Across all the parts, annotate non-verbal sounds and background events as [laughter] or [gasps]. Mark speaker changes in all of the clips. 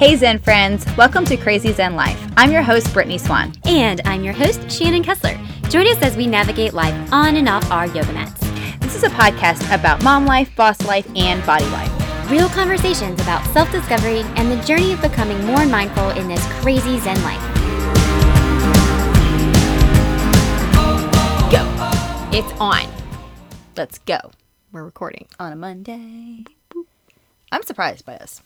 Speaker 1: Hey Zen friends, welcome to Crazy Zen Life. I'm your host, Brittany Swan.
Speaker 2: And I'm your host, Shannon Kessler. Join us as we navigate life on and off our yoga mats.
Speaker 1: This is a podcast about mom life, boss life, and body life.
Speaker 2: Real conversations about self discovery and the journey of becoming more mindful in this crazy Zen life.
Speaker 1: Go! It's on. Let's go.
Speaker 2: We're recording.
Speaker 1: On a Monday. I'm surprised by us.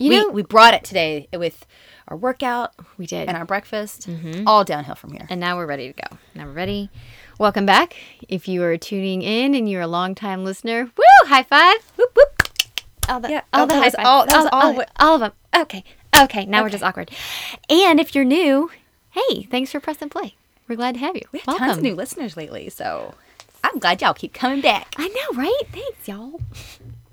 Speaker 2: You
Speaker 1: we,
Speaker 2: know,
Speaker 1: we brought it today with our workout
Speaker 2: we did.
Speaker 1: and
Speaker 2: And,
Speaker 1: our breakfast.
Speaker 2: Mm-hmm.
Speaker 1: All downhill from here.
Speaker 2: now we're ready to go. Now we're ready. Welcome back. If you are tuning in and you're a longtime listener, woo, high five. Whoop, whoop. All the,
Speaker 1: Yeah,
Speaker 2: oh, all
Speaker 1: that
Speaker 2: the high
Speaker 1: was
Speaker 2: five.
Speaker 1: all- that was all
Speaker 2: all,
Speaker 1: what-
Speaker 2: all of them. Okay. Okay. Now we're just awkward. And if you're new, hey, thanks for pressing play. We're glad to have you.
Speaker 1: We have tons of new listeners lately, so I'm glad y'all keep coming back.
Speaker 2: I know, right? Thanks, y'all.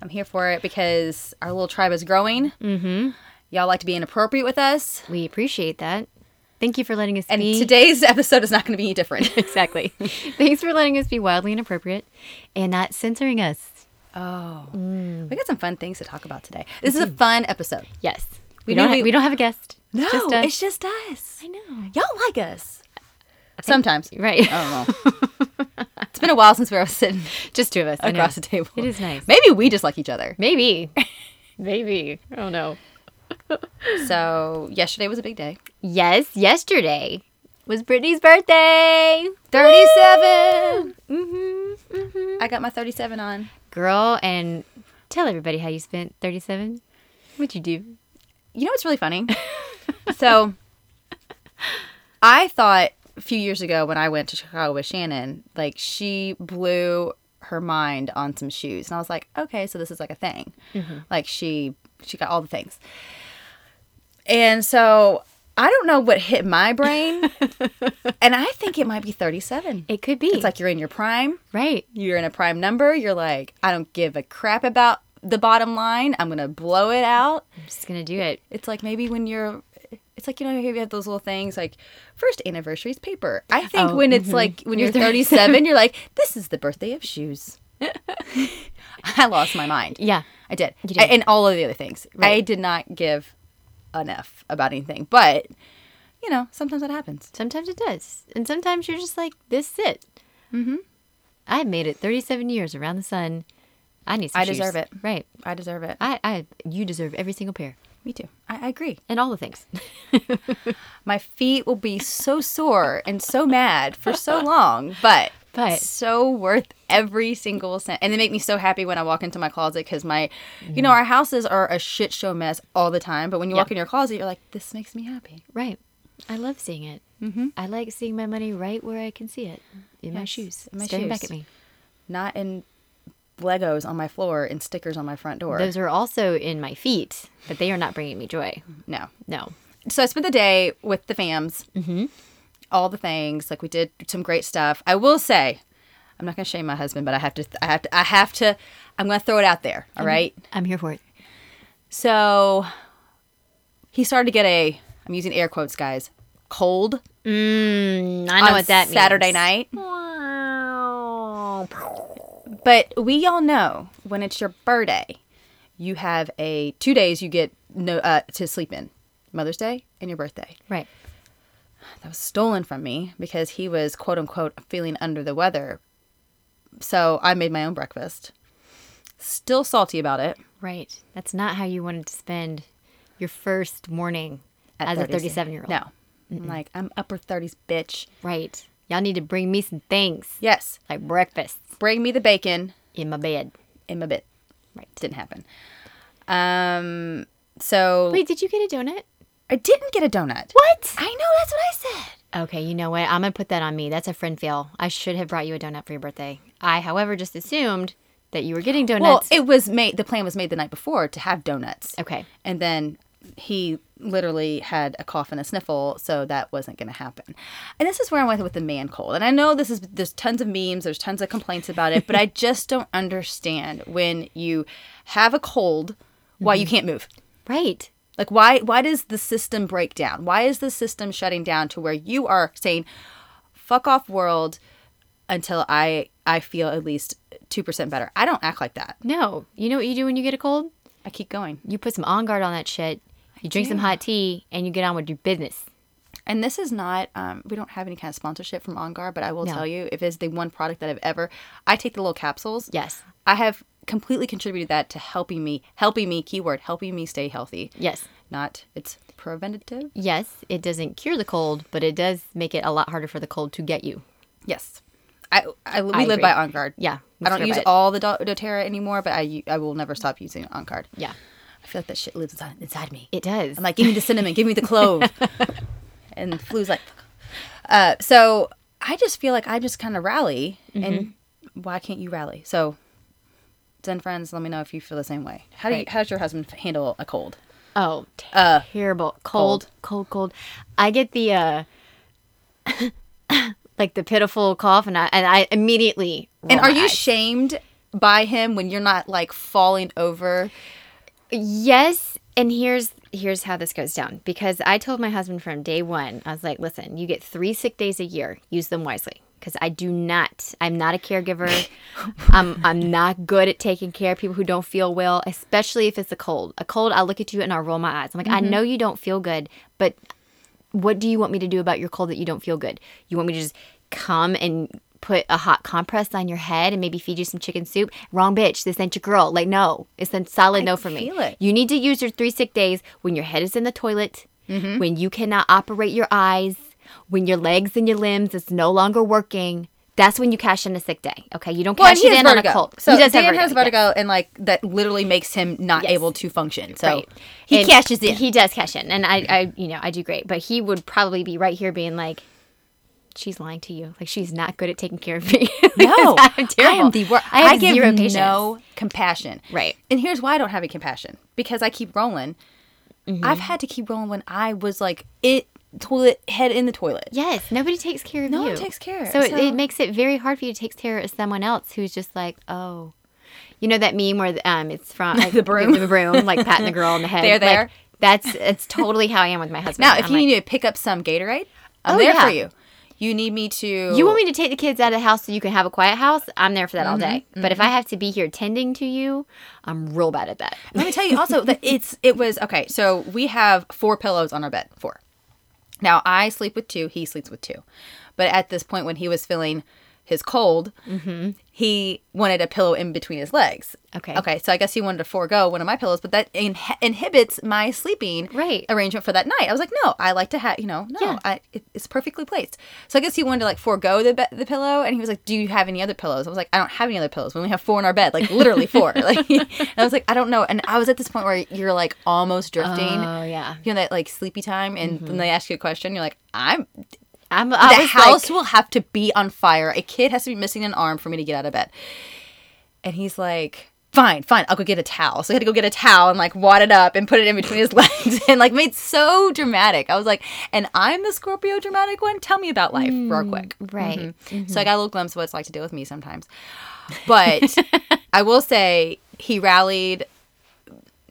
Speaker 1: I'm here for it because our little tribe is growing. Mm-hmm. Y'all like to be inappropriate with us.
Speaker 2: We appreciate that. Thank you for letting us
Speaker 1: And
Speaker 2: be
Speaker 1: today's [laughs] episode is not going to be any different. [laughs]
Speaker 2: exactly. [laughs] Thanks for letting us be wildly inappropriate and not censoring us.
Speaker 1: Oh, we got some fun things to talk about today. This is a fun episode.
Speaker 2: Yes,
Speaker 1: We
Speaker 2: we,
Speaker 1: knew
Speaker 2: don't.
Speaker 1: we-
Speaker 2: have, we don't have a guest. It's
Speaker 1: No,
Speaker 2: just us.
Speaker 1: it's just us.
Speaker 2: I know. Oh.
Speaker 1: Y'all like us. Sometimes.
Speaker 2: Right,
Speaker 1: I don't know. it's been a while since we were [laughs] sitting
Speaker 2: [laughs] just two of us I know.
Speaker 1: across the table.
Speaker 2: It is nice.
Speaker 1: Maybe we just like each [laughs] other.
Speaker 2: [laughs] Maybe, maybe. I don't know.
Speaker 1: So yesterday was a big day.
Speaker 2: Yes, yesterday was Brittany's birthday.
Speaker 1: 37!
Speaker 2: Mm-hmm, mm-hmm.
Speaker 1: I got my 37 on.
Speaker 2: Girl, and tell everybody how you spent thirty-seven. What'd you do?
Speaker 1: You know what's really funny? so I thought a few years ago when I went to Chicago with Shannon, like she blew her mind on some shoes. And I was like, okay, so this is like a thing. Like she she got all the things. And so I don't know what hit my brain. and I think it might be 37.
Speaker 2: It could be.
Speaker 1: It's like you're in your prime.
Speaker 2: right.
Speaker 1: You're in a prime number. You're like, I don't give a crap about the bottom line. I'm going to blow it out.
Speaker 2: I'm just gonna do it.
Speaker 1: It's like maybe when you're, it's like you know how you have those little things like first anniversary is paper. I think
Speaker 2: Oh,
Speaker 1: when it's like when you're 37, you're
Speaker 2: [laughs]
Speaker 1: like this is the birthday of shoes. [laughs] I lost my mind.
Speaker 2: Yeah.
Speaker 1: I did,
Speaker 2: You
Speaker 1: I-
Speaker 2: did.
Speaker 1: and all of the other things. I
Speaker 2: Right.
Speaker 1: did not give enough about anything, but you know sometimes that happens.
Speaker 2: Sometimes it does. And sometimes you're just like, this is it. Mm-hmm. I've made it 37 years around the sun. I need some
Speaker 1: I
Speaker 2: shoes.
Speaker 1: deserve it.
Speaker 2: Right.
Speaker 1: I deserve it.
Speaker 2: I, I, you deserve every single pair
Speaker 1: Me too. I, I agree.
Speaker 2: and all the things. [laughs]
Speaker 1: My feet will be so sore and so mad for so long, but
Speaker 2: But-
Speaker 1: so worth every single cent. And they make me so happy when I walk into my closet because my, you know, our houses are a shit show mess all the time. But when you walk
Speaker 2: Mm. Yeah.
Speaker 1: in your closet, you're like, this makes me happy.
Speaker 2: Right. I love seeing it. Mm-hmm. I like seeing my money right where I can see it in my
Speaker 1: Yes,
Speaker 2: shoes,
Speaker 1: in my
Speaker 2: staring back
Speaker 1: shoes.
Speaker 2: at me.
Speaker 1: Not in Legos on my floor and stickers on my front door.
Speaker 2: Those are also in my feet, but they are not bringing me joy.
Speaker 1: no.
Speaker 2: No.
Speaker 1: so I spent the day with the fams, mm-hmm. all the things. Like we did some great stuff. I will say, I'm not going to shame my husband, but I have to. I have to. I have to. I'm going to throw it out there.
Speaker 2: Mm-hmm.
Speaker 1: All right.
Speaker 2: I'm here for it.
Speaker 1: So he started to get a. I'm using air quotes, guys. Cold.
Speaker 2: Mm, I know
Speaker 1: on
Speaker 2: what that means.
Speaker 1: Saturday night. But we all know when it's your birthday, you have a two days you get no uh, to sleep in. Mother's Day and your birthday.
Speaker 2: Right.
Speaker 1: that was stolen from me because he was quote unquote feeling under the weather. So I made my own breakfast. Still salty about it.
Speaker 2: Right. That's not how you wanted to spend your first morning
Speaker 1: at
Speaker 2: as a
Speaker 1: 30s.
Speaker 2: 37 year old.
Speaker 1: No. I'm like, I'm upper 30s, bitch.
Speaker 2: Right. Y'all need to bring me some things
Speaker 1: Yes.
Speaker 2: like breakfast
Speaker 1: Bring me the bacon
Speaker 2: in my bed.
Speaker 1: in my bit.
Speaker 2: Right.
Speaker 1: Didn't happen. Um, so
Speaker 2: Wait, did you get a donut?
Speaker 1: I didn't get a donut.
Speaker 2: What?
Speaker 1: I know, that's what I said.
Speaker 2: Okay, you know what? I'm going to put that on me. That's a friend fail. I should have brought you a donut for your birthday. I, however, just assumed that you were getting
Speaker 1: Well,
Speaker 2: donuts.
Speaker 1: it was made, the plan was made the night before to have donuts.
Speaker 2: okay.
Speaker 1: And then he literally had a cough and a sniffle, so that wasn't going to happen. And this is where I'm with with the man cold. And I know this is there's tons of memes, there's tons of complaints about it, [laughs] but I just don't understand when you have a cold, why you can't move.
Speaker 2: Right.
Speaker 1: Like why why does the system break down? Why is the system shutting down to where you are saying, "Fuck off, world," until I I feel at least two percent better? I don't act like that.
Speaker 2: No. You know what you do when you get a cold?
Speaker 1: I keep going.
Speaker 2: You put some on guard on that shit. You drink some hot tea and you get on with your business.
Speaker 1: And this is not, um, we don't have any kind of sponsorship from OnGuard, but I will
Speaker 2: No.
Speaker 1: tell you, if it's the one product that I've ever, I take the little capsules.
Speaker 2: Yes.
Speaker 1: I have completely contributed that to helping me, helping me, keyword, helping me stay healthy.
Speaker 2: Yes.
Speaker 1: Not, it's preventative.
Speaker 2: Yes, it doesn't cure the cold, but it does make it a lot harder for the cold to get you.
Speaker 1: Yes. I, I, we
Speaker 2: I
Speaker 1: live
Speaker 2: agree.
Speaker 1: by OnGuard.
Speaker 2: Yeah. we
Speaker 1: I don't
Speaker 2: swear
Speaker 1: use
Speaker 2: by it.
Speaker 1: all the Do- doTERRA anymore, but I, u- I will never stop using OnGuard.
Speaker 2: Yeah.
Speaker 1: I feel like that shit lives inside, inside me.
Speaker 2: It does.
Speaker 1: I'm like, give me the cinnamon, give me the clove. [laughs] and Flu's like, "Fuck." uh, so I just feel like I just kind of rally. And why can't you rally? So, Zen friends, let me know if you feel the same way. How do you,
Speaker 2: Right.
Speaker 1: how does your husband handle a cold?
Speaker 2: Oh,
Speaker 1: Uh,
Speaker 2: terrible. Cold, cold, cold, I get the uh [laughs] like the pitiful cough and I and I immediately roll
Speaker 1: and are
Speaker 2: my
Speaker 1: you
Speaker 2: eyes.
Speaker 1: shamed by him when you're not like falling over?
Speaker 2: Yes, and here's here's how this goes down because I told my husband from day 1. I was like, "Listen, you get 3 sick days a year. Use them wisely." Because I do not, I'm not a caregiver. I'm, I'm not good at taking care of people who don't feel well, especially if it's a cold. A cold, I look at you and I roll my eyes. I'm like, I know you don't feel good, but what do you want me to do about your cold that you don't feel good? You want me to just come and put a hot compress on your head and maybe feed you some chicken soup? Wrong bitch. This ain't your girl. Like, no. It's a solid no for me.
Speaker 1: feel it.
Speaker 2: You need to use your three sick days when your head is in the toilet,
Speaker 1: Mm-hmm.
Speaker 2: when you cannot operate your eyes, when your legs and your limbs is no longer working. That's when you cash in a sick day. Okay. You don't cash
Speaker 1: and he
Speaker 2: it
Speaker 1: has
Speaker 2: in on a
Speaker 1: vertigo.
Speaker 2: cold.
Speaker 1: So
Speaker 2: he does
Speaker 1: Dan
Speaker 2: have
Speaker 1: has
Speaker 2: vertigo.
Speaker 1: vertigo, and like that literally makes him not
Speaker 2: Yes.
Speaker 1: able to function. So
Speaker 2: Right.
Speaker 1: he
Speaker 2: And
Speaker 1: cashes in.
Speaker 2: He does cash in, and I, I, you know, I do great. But he would probably be right here being like, "She's lying to you. Like she's not good at taking care of me. [laughs] Like,
Speaker 1: [laughs] No,
Speaker 2: I'm terrible.
Speaker 1: I am the worst.
Speaker 2: I have
Speaker 1: give
Speaker 2: zero patience.
Speaker 1: no compassion.
Speaker 2: Right.
Speaker 1: And here's why I don't have any compassion because I keep rolling.
Speaker 2: Mm-hmm.
Speaker 1: I've had to keep rolling when I was like it toilet head in the toilet.
Speaker 2: Yes, nobody takes care of
Speaker 1: No
Speaker 2: you.
Speaker 1: one takes care,
Speaker 2: So, It,
Speaker 1: so-
Speaker 2: it makes it very hard for you to take care of someone else who's just like, oh, you know that meme where um it's from
Speaker 1: The broom.
Speaker 2: [laughs] the broom, like patting the girl [laughs] on the head.
Speaker 1: There,
Speaker 2: Like,
Speaker 1: there.
Speaker 2: that's it's totally how I am with my husband.
Speaker 1: Now, if
Speaker 2: I'm
Speaker 1: you
Speaker 2: like,
Speaker 1: need to pick up some Gatorade, I'm
Speaker 2: Oh,
Speaker 1: there
Speaker 2: yeah.
Speaker 1: for you. You need me to.
Speaker 2: You want me to take the kids out of the house so you can have a quiet house? I'm there for that all day. But if I have to be here tending to you, I'm real bad at that.
Speaker 1: Let me tell you also
Speaker 2: [laughs]
Speaker 1: that it's it was okay. So we have four pillows on our bed. Four. Now I sleep with two. He sleeps with two. But at this point, when he was feeling his cold, he wanted a pillow in between his legs.
Speaker 2: Mm-hmm. Okay.
Speaker 1: Okay. So I guess he wanted to forego one of my pillows, but that in- inhibits my sleeping
Speaker 2: Right.
Speaker 1: arrangement for that night. I was like, no, I like to have you know, no,
Speaker 2: Yeah.
Speaker 1: I, it, it's perfectly placed. So I guess he wanted to like forego the be- the pillow, and he was like, do you have any other pillows? I was like, I don't have any other pillows. We only have four in our bed, like literally four. [laughs] like, and I was like, I don't know. And I was at this point where you're like almost drifting.
Speaker 2: Oh, yeah.
Speaker 1: You know that like sleepy time, and then they ask you a question. You're like, I'm
Speaker 2: I'm I
Speaker 1: the
Speaker 2: was
Speaker 1: house
Speaker 2: like,
Speaker 1: will have to be on fire. A kid has to be missing an arm for me to get out of bed. And he's like, fine, fine, I'll go get a towel. So he had to go get a towel and like wad it up and put it in between his [laughs] legs and like made so dramatic. I was like, and I'm the Scorpio dramatic one. Tell me about life
Speaker 2: Hmm,
Speaker 1: real quick.
Speaker 2: right.
Speaker 1: So I got a little glimpse of what it's like to deal with me sometimes. But I will say he rallied,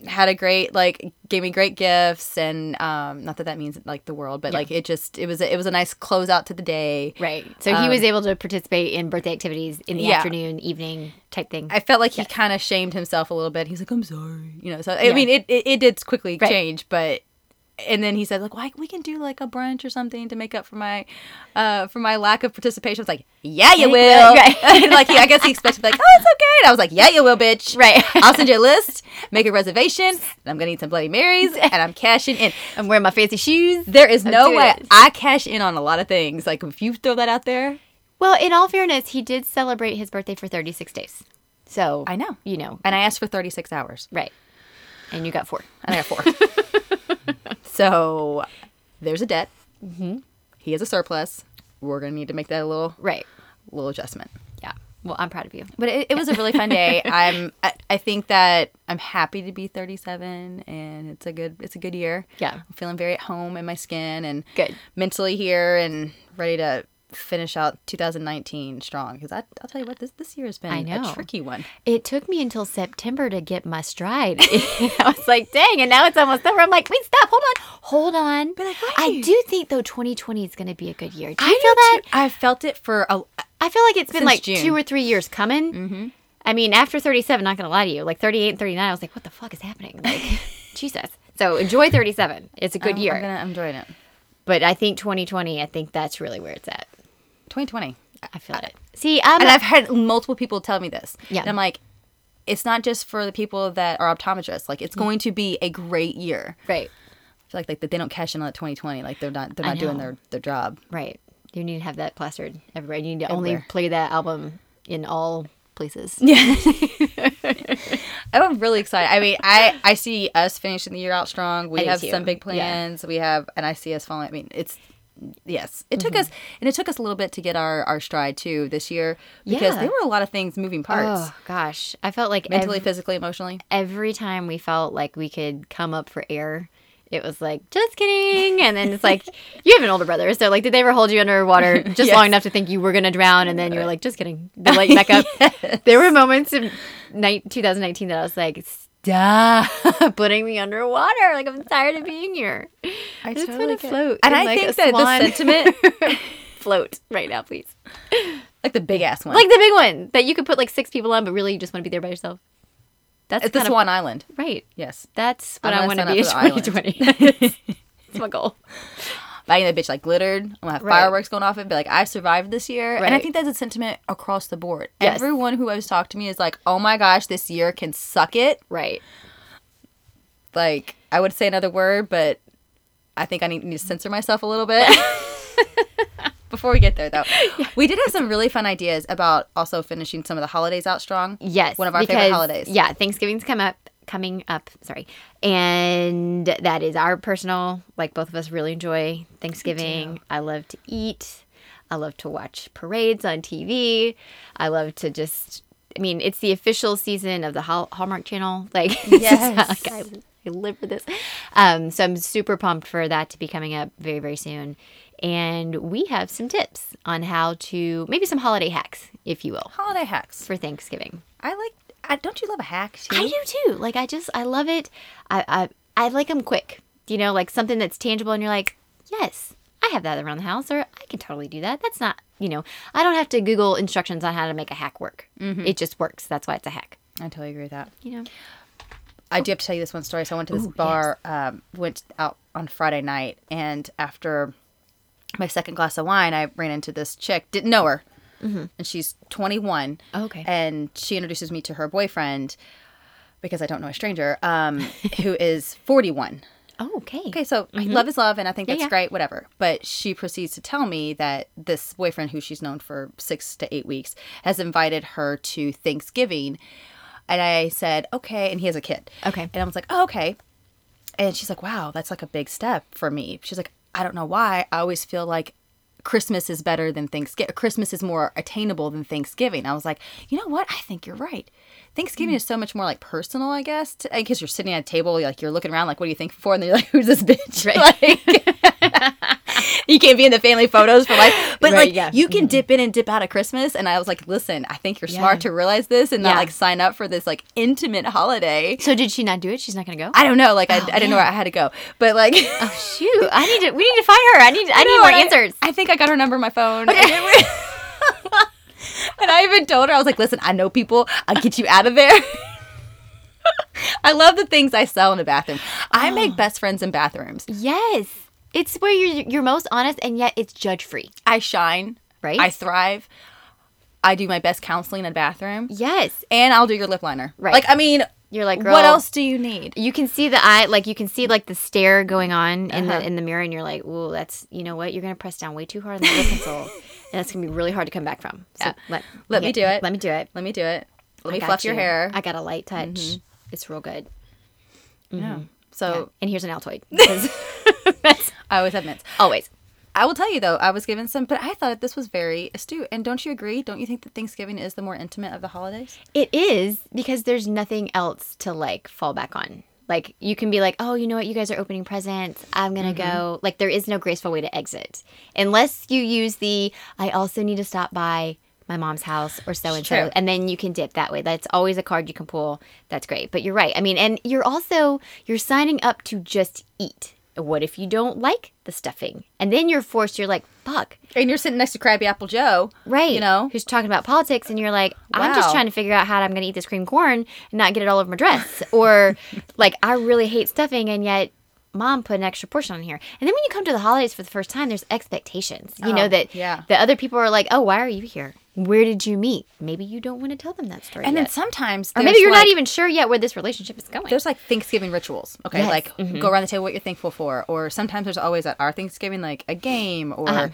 Speaker 1: had a great like gave me great gifts and um not that that means like the world, but like it just it was a, it was a nice closeout to the day.
Speaker 2: Right. Um, So he was able to participate in birthday activities in the
Speaker 1: Yeah.
Speaker 2: afternoon, evening type thing.
Speaker 1: I felt like he kind of shamed himself a little bit. He's like, "I'm sorry," you know. So I mean, it, it it did quickly change, but and then he said, "Like, why we can do like a brunch or something to make up for my uh for my lack of participation." I was like, "Yeah, you
Speaker 2: you
Speaker 1: will."
Speaker 2: will.
Speaker 1: [laughs]
Speaker 2: Right.
Speaker 1: like, he, I guess he expected like, "Oh, it's okay." And I was like, "Yeah, you will, [laughs] bitch."
Speaker 2: Right.
Speaker 1: I'll send you a list, make a reservation, and I'm gonna eat some Bloody [laughs] Marys, and I'm cashing in.
Speaker 2: I'm wearing my fancy shoes.
Speaker 1: There is no
Speaker 2: doing
Speaker 1: way
Speaker 2: it.
Speaker 1: I cash in on a lot of things. Like if you throw that out there,
Speaker 2: Well, in all fairness, he did celebrate his birthday for 36 days. So
Speaker 1: I know.
Speaker 2: You know.
Speaker 1: and I asked for 36 hours.
Speaker 2: Right. And you got four.
Speaker 1: and I got four. [laughs] so there's a debt. Mm-hmm. He has a surplus. We're gonna need to make that a little
Speaker 2: Right.
Speaker 1: little adjustment.
Speaker 2: Yeah. Well, I'm proud of you.
Speaker 1: But it, it was a really [laughs] fun day. I'm I, I think that I'm happy to be 37, and it's a good it's a good year.
Speaker 2: Yeah.
Speaker 1: I'm feeling very at home in my skin and
Speaker 2: Good.
Speaker 1: mentally here and ready to finish out 2019 strong. Because I I'll tell you what this this year has been
Speaker 2: I know.
Speaker 1: a tricky one.
Speaker 2: It took me until September to get my stride. [laughs] I was like, dang, and now it's almost over. I'm like, wait, stop, hold on, hold on.
Speaker 1: But like,
Speaker 2: I
Speaker 1: wait.
Speaker 2: do think though 2020 is going to be a good year. Do you feel that?
Speaker 1: I felt it for a
Speaker 2: I feel like it's been
Speaker 1: Since
Speaker 2: like
Speaker 1: June.
Speaker 2: two or three years coming. Mm-hmm.
Speaker 1: [laughs]
Speaker 2: I mean, after 37, not going to lie to you, like 38 and 39, I was like, what the fuck is happening? Like, Jesus. So enjoy 37. It's a good
Speaker 1: I'm-
Speaker 2: year.
Speaker 1: Oh, I'm gonna enjoy it.
Speaker 2: But I think 2020, I think that's really where it's at.
Speaker 1: 2020.
Speaker 2: I feel it. See, I'm
Speaker 1: And I've had multiple people tell me this.
Speaker 2: Yeah.
Speaker 1: And I'm like, it's not just for the people that are optometrists. Like,
Speaker 2: Mm-hmm.
Speaker 1: it's going to be a great year.
Speaker 2: right.
Speaker 1: I feel like, like that they don't cash in on that 2020. Like they're not they're
Speaker 2: I
Speaker 1: not doing
Speaker 2: know.
Speaker 1: their their job.
Speaker 2: Right. You need to have that plastered everywhere. You need to only
Speaker 1: Everywhere.
Speaker 2: play that album in all
Speaker 1: [laughs]
Speaker 2: places.
Speaker 1: I'm really excited. I mean, I I see us finishing the year out strong. We
Speaker 2: I do
Speaker 1: have
Speaker 2: too.
Speaker 1: some big
Speaker 2: Yeah.
Speaker 1: plans. We have, and I see us following. I mean, it's yes. It
Speaker 2: Mm-hmm.
Speaker 1: took us, and it took us a little bit to get our our stride too this year because
Speaker 2: Yeah.
Speaker 1: there were a lot of things moving parts,
Speaker 2: Oh gosh, I felt like
Speaker 1: mentally,
Speaker 2: every,
Speaker 1: physically, emotionally.
Speaker 2: every time we felt like we could come up for air, it was like just kidding, and then
Speaker 1: [laughs]
Speaker 2: it's like you have an older brother, so like did they ever hold you underwater just
Speaker 1: Yes.
Speaker 2: long enough to think you were gonna drown, and then you were like just kidding, they like back
Speaker 1: [laughs]
Speaker 2: up. There were moments in ni- 2019 that I was like. [laughs] Stop putting me underwater. Like I'm tired of being here. I just
Speaker 1: totally
Speaker 2: want to
Speaker 1: get-
Speaker 2: float.
Speaker 1: and
Speaker 2: in,
Speaker 1: I
Speaker 2: like, a
Speaker 1: think that the
Speaker 2: swan.
Speaker 1: sentiment,
Speaker 2: [laughs] float right now, please.
Speaker 1: like the big ass one,
Speaker 2: Like the big one that you could put like six people on, but really you just want to be there by yourself. That's
Speaker 1: it's the
Speaker 2: kind of-
Speaker 1: Swan Island.
Speaker 2: Right.
Speaker 1: Yes,
Speaker 2: That's
Speaker 1: I
Speaker 2: what I want
Speaker 1: wanna
Speaker 2: to be in
Speaker 1: sign up
Speaker 2: 2020.
Speaker 1: [laughs]
Speaker 2: That's my goal.
Speaker 1: lighting that bitch like glittered. I'm gonna have
Speaker 2: Right.
Speaker 1: fireworks going off and be like, I survived this year. And I
Speaker 2: Right.
Speaker 1: think that's a sentiment across the board.
Speaker 2: Yes.
Speaker 1: Everyone who has talked to me is like, oh my gosh, this year can suck it.
Speaker 2: Right.
Speaker 1: Like, I would say another word, but I think I need, need to censor myself a little
Speaker 2: [laughs]
Speaker 1: bit. [laughs] Before we get there, though, we did have some really fun ideas about also finishing some of the holidays out strong.
Speaker 2: Yes.
Speaker 1: One of our favorite
Speaker 2: because-
Speaker 1: holidays.
Speaker 2: Yeah, Thanksgiving's come up coming up, sorry. And that is our personal like both of us really enjoy Thanksgiving. I love to eat. I love to watch parades on TV. I love to just I mean, it's the official season of the Hall- Hallmark Channel. [laughs] Like, this is how, [laughs]
Speaker 1: Yes.
Speaker 2: like, I, I live for this. Um, so I'm super pumped for that to be coming up very, very soon. And we have some tips on how to maybe some holiday hacks, if you will,
Speaker 1: Holiday hacks.
Speaker 2: for Thanksgiving.
Speaker 1: I like, I, don't you love a hack too?
Speaker 2: I do too. Like I just I love it. I I, I like them quick. You know, like something that's tangible, and you're like, yes, I have that around the house, or I can totally do that. That's not you know, I don't have to Google instructions on how to make a hack work.
Speaker 1: Mm-hmm.
Speaker 2: It just works. That's why it's a hack.
Speaker 1: I totally agree with that.
Speaker 2: You know.
Speaker 1: I do have to tell you this one story. So I went to this bar, um, went out on Friday night, and after my second glass of wine, I ran into this chick, didn't know her, and she's 21.
Speaker 2: Mm-hmm. Oh, Okay.
Speaker 1: And she introduces me to her boyfriend because I don't know a stranger,
Speaker 2: [laughs]
Speaker 1: um, who is 41.
Speaker 2: Oh, okay.
Speaker 1: Okay, so love is love, and I think that's
Speaker 2: yeah.
Speaker 1: great, whatever. But she proceeds to tell me that this boyfriend, who she's known for six to eight weeks, has invited her to Thanksgiving. And I said, okay, and he has a kid.
Speaker 2: Okay.
Speaker 1: And I was like, oh, okay. And she's like, wow, that's like a big step for me. She's like, I don't know why. I always feel like Christmas is better than Thanksgiving. Christmas is more attainable than Thanksgiving. I was like, you know what? I think you're right. Thanksgiving
Speaker 2: Hmm.
Speaker 1: is so much more like personal, I guess, because you're sitting at a table, you're like you're looking around, like, what do you think for? And then you're like, [laughs] who's this bitch? [laughs] Like,
Speaker 2: [laughs]
Speaker 1: you can't be in the family photos for life. But
Speaker 2: Right,
Speaker 1: like,
Speaker 2: yeah. Mm-hmm.
Speaker 1: you can dip in and dip out of Christmas. And I was like, listen, I think you're
Speaker 2: Yeah.
Speaker 1: smart to realize this and not
Speaker 2: Yeah.
Speaker 1: like sign up for this like intimate holiday.
Speaker 2: So did she not do it? She's not gonna go.
Speaker 1: I don't know. Like I, I didn't know where I had to go, but like [laughs]
Speaker 2: oh shoot! I need to. We need to find her. I need. I need
Speaker 1: No,
Speaker 2: more
Speaker 1: and I-
Speaker 2: answers.
Speaker 1: I think I got her number on my phone. And, it was- [laughs] and I even told her I was like, "Listen, I know people. I'll get you out of there." [laughs] I love the things I sell in a bathroom. I
Speaker 2: Oh.
Speaker 1: make best friends in bathrooms.
Speaker 2: yes, it's where you're you're most honest, and yet it's judge free.
Speaker 1: I shine.
Speaker 2: Right?
Speaker 1: I thrive. I do my best counseling in a bathroom,
Speaker 2: Yes,
Speaker 1: and I'll do your lip liner.
Speaker 2: Right.
Speaker 1: Like I mean,
Speaker 2: you're like girl.
Speaker 1: what else do you need?
Speaker 2: you can see the eye like you can see like the stare going on in
Speaker 1: Uh-huh.
Speaker 2: the in the mirror and you're like ooh that's you know what you're gonna press down way too hard on the lip
Speaker 1: [laughs]
Speaker 2: pencil and that's gonna be really hard to come back from so
Speaker 1: Yeah.
Speaker 2: let,
Speaker 1: Let me do it.
Speaker 2: let me do it
Speaker 1: Let me do it. Let
Speaker 2: I
Speaker 1: me
Speaker 2: got
Speaker 1: fluff your
Speaker 2: you.
Speaker 1: hair.
Speaker 2: i got a light touch it's real good Mm-hmm.
Speaker 1: Yeah. So
Speaker 2: Yeah. and here's an
Speaker 1: [laughs]
Speaker 2: altoid [laughs] 'cause that's
Speaker 1: I always have mints.
Speaker 2: always
Speaker 1: I will tell you though, I was given some, but I thought this was very astute. And don't you agree? Don't you think that Thanksgiving is the more intimate of the holidays?
Speaker 2: It is because there's nothing else to like fall back on. Like you can be like, oh, you know what? You guys are opening presents. I'm gonna go. Like there is no graceful way to exit unless you use the. I also need to stop by my mom's house or so and so,
Speaker 1: True.
Speaker 2: and then you can dip that way. That's always a card you can pull. That's great. But you're right. I mean, and you're also you're signing up to just eat. What if you don't like the stuffing? And then you're forced, you're like, fuck,
Speaker 1: And you're sitting next to Crabby Apple Joe.
Speaker 2: right.
Speaker 1: You know?
Speaker 2: who's talking about politics, and you're like, I'm just
Speaker 1: Wow.
Speaker 2: trying to figure out how I'm going to eat this cream corn and not get it all over my dress. [laughs] or like, I really hate stuffing, and yet mom put an extra portion on here. And then when you come to the holidays for the first time, there's expectations. You know,
Speaker 1: Oh,
Speaker 2: that
Speaker 1: yeah.
Speaker 2: the other people are like, oh, why are you here? Where did you meet? Maybe you don't want to tell them that story.
Speaker 1: And then
Speaker 2: yet.
Speaker 1: sometimes
Speaker 2: or
Speaker 1: there's
Speaker 2: maybe you're
Speaker 1: like,
Speaker 2: not even sure yet where this relationship is going.
Speaker 1: there's like Thanksgiving rituals. Okay,
Speaker 2: Yes. Mm-hmm.
Speaker 1: like go around the table what you're thankful for, or sometimes there's always at our Thanksgiving like a game, or
Speaker 2: Uh-huh.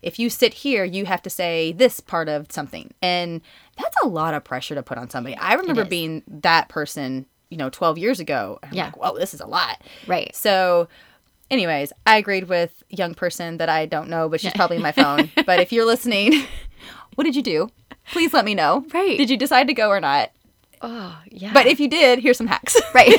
Speaker 1: if you sit here, you have to say this part of something, and that's a lot of pressure to put on somebody. I remember
Speaker 2: is.
Speaker 1: being that person, you know, 12 years ago. And I'm
Speaker 2: Yeah.
Speaker 1: like, whoa, this is a lot.
Speaker 2: Right.
Speaker 1: So. Anyways, I agreed with young person that I don't know, but she's probably
Speaker 2: [laughs]
Speaker 1: in my phone. But if you're listening, [laughs] what did you do? Please let me know.
Speaker 2: Right.
Speaker 1: Did you decide to go or not?
Speaker 2: Oh, yeah.
Speaker 1: But if you did, here's some hacks. [laughs]
Speaker 2: [laughs] right.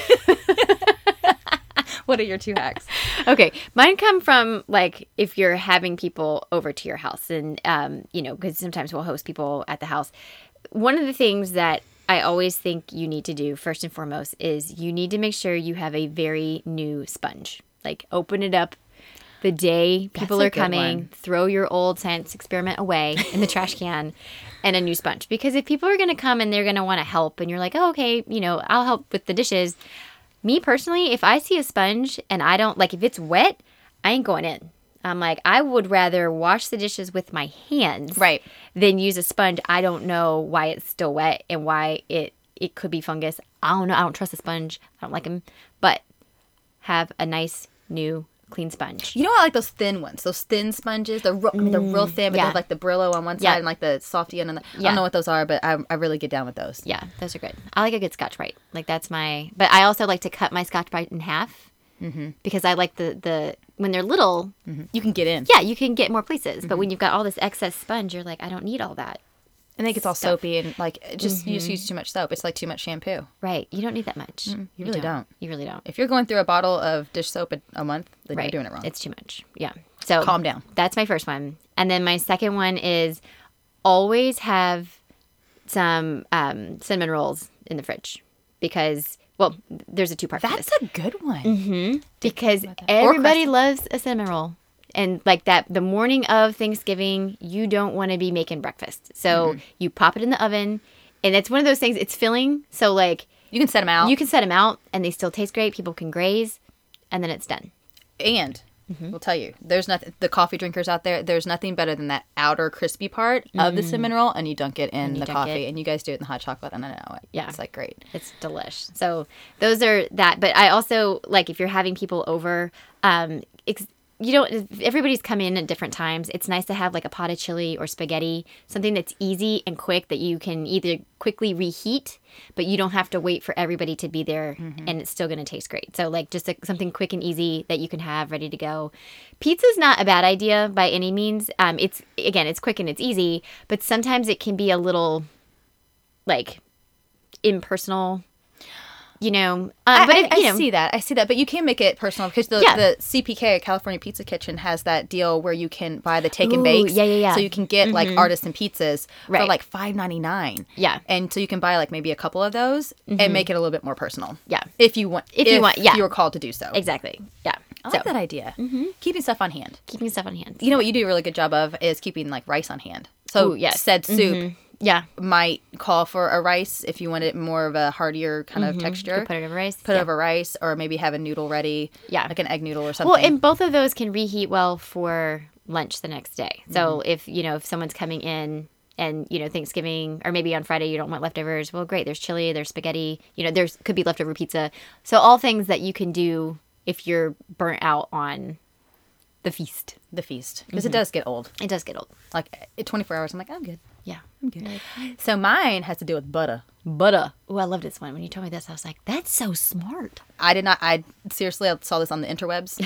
Speaker 1: what are your two hacks?
Speaker 2: okay mine come from like if you're having people over to your house and um, you know because sometimes we'll host people at the house one of the things that i always think you need to do first and foremost is you need to make sure you have a very new sponge like open it up the day people
Speaker 1: a
Speaker 2: are
Speaker 1: good
Speaker 2: coming
Speaker 1: one.
Speaker 2: throw your old science experiment away in the trash can and a new sponge because if people are going to come and they're going to want to help and you're like oh, okay you know i'll help with the dishes me personally, if I see a sponge and I don't like if it's wet, I ain't going in. I'm like, I would rather wash the dishes with my hands
Speaker 1: Right.
Speaker 2: than use a sponge. I don't know why it's still wet and why it it could be fungus. I don't know. I don't trust the sponge. I don't like them. But have a nice new clean sponge.
Speaker 1: You know, I like those thin ones, those thin sponges. They're real, I mean, they're real thin, but
Speaker 2: Mm, yeah.
Speaker 1: they have like the Brillo on one side
Speaker 2: Yeah.
Speaker 1: and like the softy end. On the, I
Speaker 2: Yeah.
Speaker 1: don't know what those are, but I, I really get down with those.
Speaker 2: Yeah, those are good. I like a good Scotch Brite. Like that's my. But I also like to cut my Scotch Brite in half
Speaker 1: Mm-hmm.
Speaker 2: because I like the the when they're little
Speaker 1: You can get in.
Speaker 2: Mm-hmm. yeah, you can get more places. But
Speaker 1: Mm-hmm.
Speaker 2: when you've got all this excess sponge, you're like, I don't need all that.
Speaker 1: and they get all soapy and like it just you
Speaker 2: Mm-hmm.
Speaker 1: just use too much soap. It's like too much shampoo.
Speaker 2: Right. You don't need that much.
Speaker 1: Mm, you really don't.
Speaker 2: You really don't.
Speaker 1: If you're going through a bottle of dish soap a, a month, then
Speaker 2: right.
Speaker 1: you're doing it wrong.
Speaker 2: It's too much. Yeah. So
Speaker 1: Calm down.
Speaker 2: That's my first one. And then my second one is always have some um, cinnamon rolls in the fridge because, well, there's a two part
Speaker 1: That's a good one.
Speaker 2: because everybody loves a cinnamon roll and like that the morning of thanksgiving you don't want to be making breakfast so you pop it in the oven and it's one of those things it's filling so like
Speaker 1: You can set them out.
Speaker 2: you can set them out and they still taste great people can graze and then it's done
Speaker 1: and
Speaker 2: Mm-hmm.
Speaker 1: we'll tell you, there's nothing. The coffee drinkers out there, there's nothing better than that outer crispy part of the cinnamon roll, and you dunk it in the
Speaker 2: Mm. dunk
Speaker 1: coffee,
Speaker 2: it.
Speaker 1: and you guys do it in the hot chocolate, and I know it.
Speaker 2: Yeah.
Speaker 1: it's like great.
Speaker 2: it's delish so those are that but i also like if you're having people over um ex- you don't everybody's come in at different times it's nice to have like a pot of chili or spaghetti something that's easy and quick that you can either quickly reheat but you don't have to wait for everybody to be there and it's still going to taste great so like just like something quick and easy that you can have ready to go pizza's not a bad idea by any means um, it's again it's quick and it's easy but sometimes it can be a little like impersonal you know um,
Speaker 1: I,
Speaker 2: but
Speaker 1: I,
Speaker 2: if, you
Speaker 1: I
Speaker 2: know,
Speaker 1: see that. I see that. But you can make it personal because the,
Speaker 2: Yeah.
Speaker 1: the CPK California Pizza Kitchen has that deal where you can buy the take
Speaker 2: Ooh,
Speaker 1: and bakes.
Speaker 2: yeah, yeah, yeah. Mm-hmm.
Speaker 1: So you can get like artisan pizzas
Speaker 2: Right.
Speaker 1: for like five ninety nine.
Speaker 2: Yeah.
Speaker 1: And so you can buy like maybe a couple of those and make it a little bit more personal.
Speaker 2: Yeah.
Speaker 1: If you want.
Speaker 2: If you want, yeah.
Speaker 1: You were called to do so.
Speaker 2: Exactly. Yeah.
Speaker 1: I
Speaker 2: so Mm-hmm.
Speaker 1: like that idea. Keeping stuff on hand.
Speaker 2: keeping stuff on hand.
Speaker 1: You know what you do a really good job of is keeping like rice on hand. So
Speaker 2: Ooh, yes. Mm-hmm.
Speaker 1: said soup
Speaker 2: Yeah.
Speaker 1: might call for a rice if you want it more of a heartier kind
Speaker 2: Mm-hmm.
Speaker 1: of texture.
Speaker 2: Put it over rice.
Speaker 1: put
Speaker 2: yeah.
Speaker 1: over rice or maybe have a noodle ready.
Speaker 2: Yeah.
Speaker 1: Like an egg noodle or something.
Speaker 2: Well, and both of those can reheat well for lunch the next day. So if you know if someone's coming in and you know Thanksgiving or maybe on Friday you don't want leftovers, well, great. There's chili. There's spaghetti. You know, there's could be leftover pizza. So all things that you can do if you're burnt out on the feast.
Speaker 1: the feast. Because
Speaker 2: Mm-hmm.
Speaker 1: it does get old.
Speaker 2: It does get old.
Speaker 1: Like at 24 hours, I'm like, I'm good.
Speaker 2: Yeah.
Speaker 1: I'm good. So mine has to do with butter.
Speaker 2: Butter. Oh, I love this one. When you told me this, I was like, that's so smart.
Speaker 1: I did not, I seriously, I saw this on the interwebs.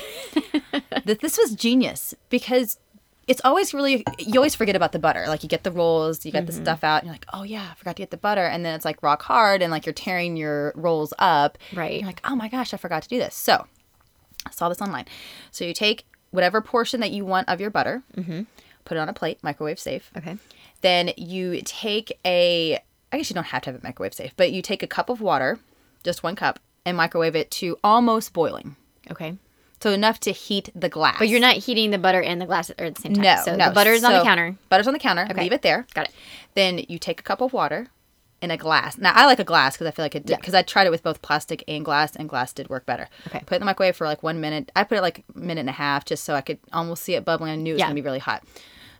Speaker 1: that this was genius because it's always really, you always forget about the butter. Like you get the rolls, you get the stuff out, and you're like, oh yeah, I forgot to get the butter. And then it's like rock hard and like you're tearing your rolls up.
Speaker 2: Right.
Speaker 1: You're like, oh my gosh, I forgot to do this. So I saw this online. So you take whatever portion that you want of your butter, put it on a plate, microwave safe.
Speaker 2: Okay.
Speaker 1: Then you take a, I guess you don't have to have it microwave safe, but you take a cup of water, just one cup, and microwave it to almost boiling.
Speaker 2: Okay.
Speaker 1: So So enough to heat the glass.
Speaker 2: But you're not heating the butter and the glass at the same time.
Speaker 1: No,
Speaker 2: so
Speaker 1: no.
Speaker 2: the butter is on the
Speaker 1: So,
Speaker 2: counter.
Speaker 1: Butter's on the counter.
Speaker 2: Okay.
Speaker 1: Leave it there.
Speaker 2: Got it.
Speaker 1: Then you take a cup of water in a glass. Now I like a glass because I feel like it did because I tried it with both plastic and glass, and glass did work better.
Speaker 2: Okay.
Speaker 1: Put it in the microwave for like one minute. I put it like a minute and a half just so I could almost see it bubbling. I knew it was
Speaker 2: Yeah.
Speaker 1: gonna be really hot.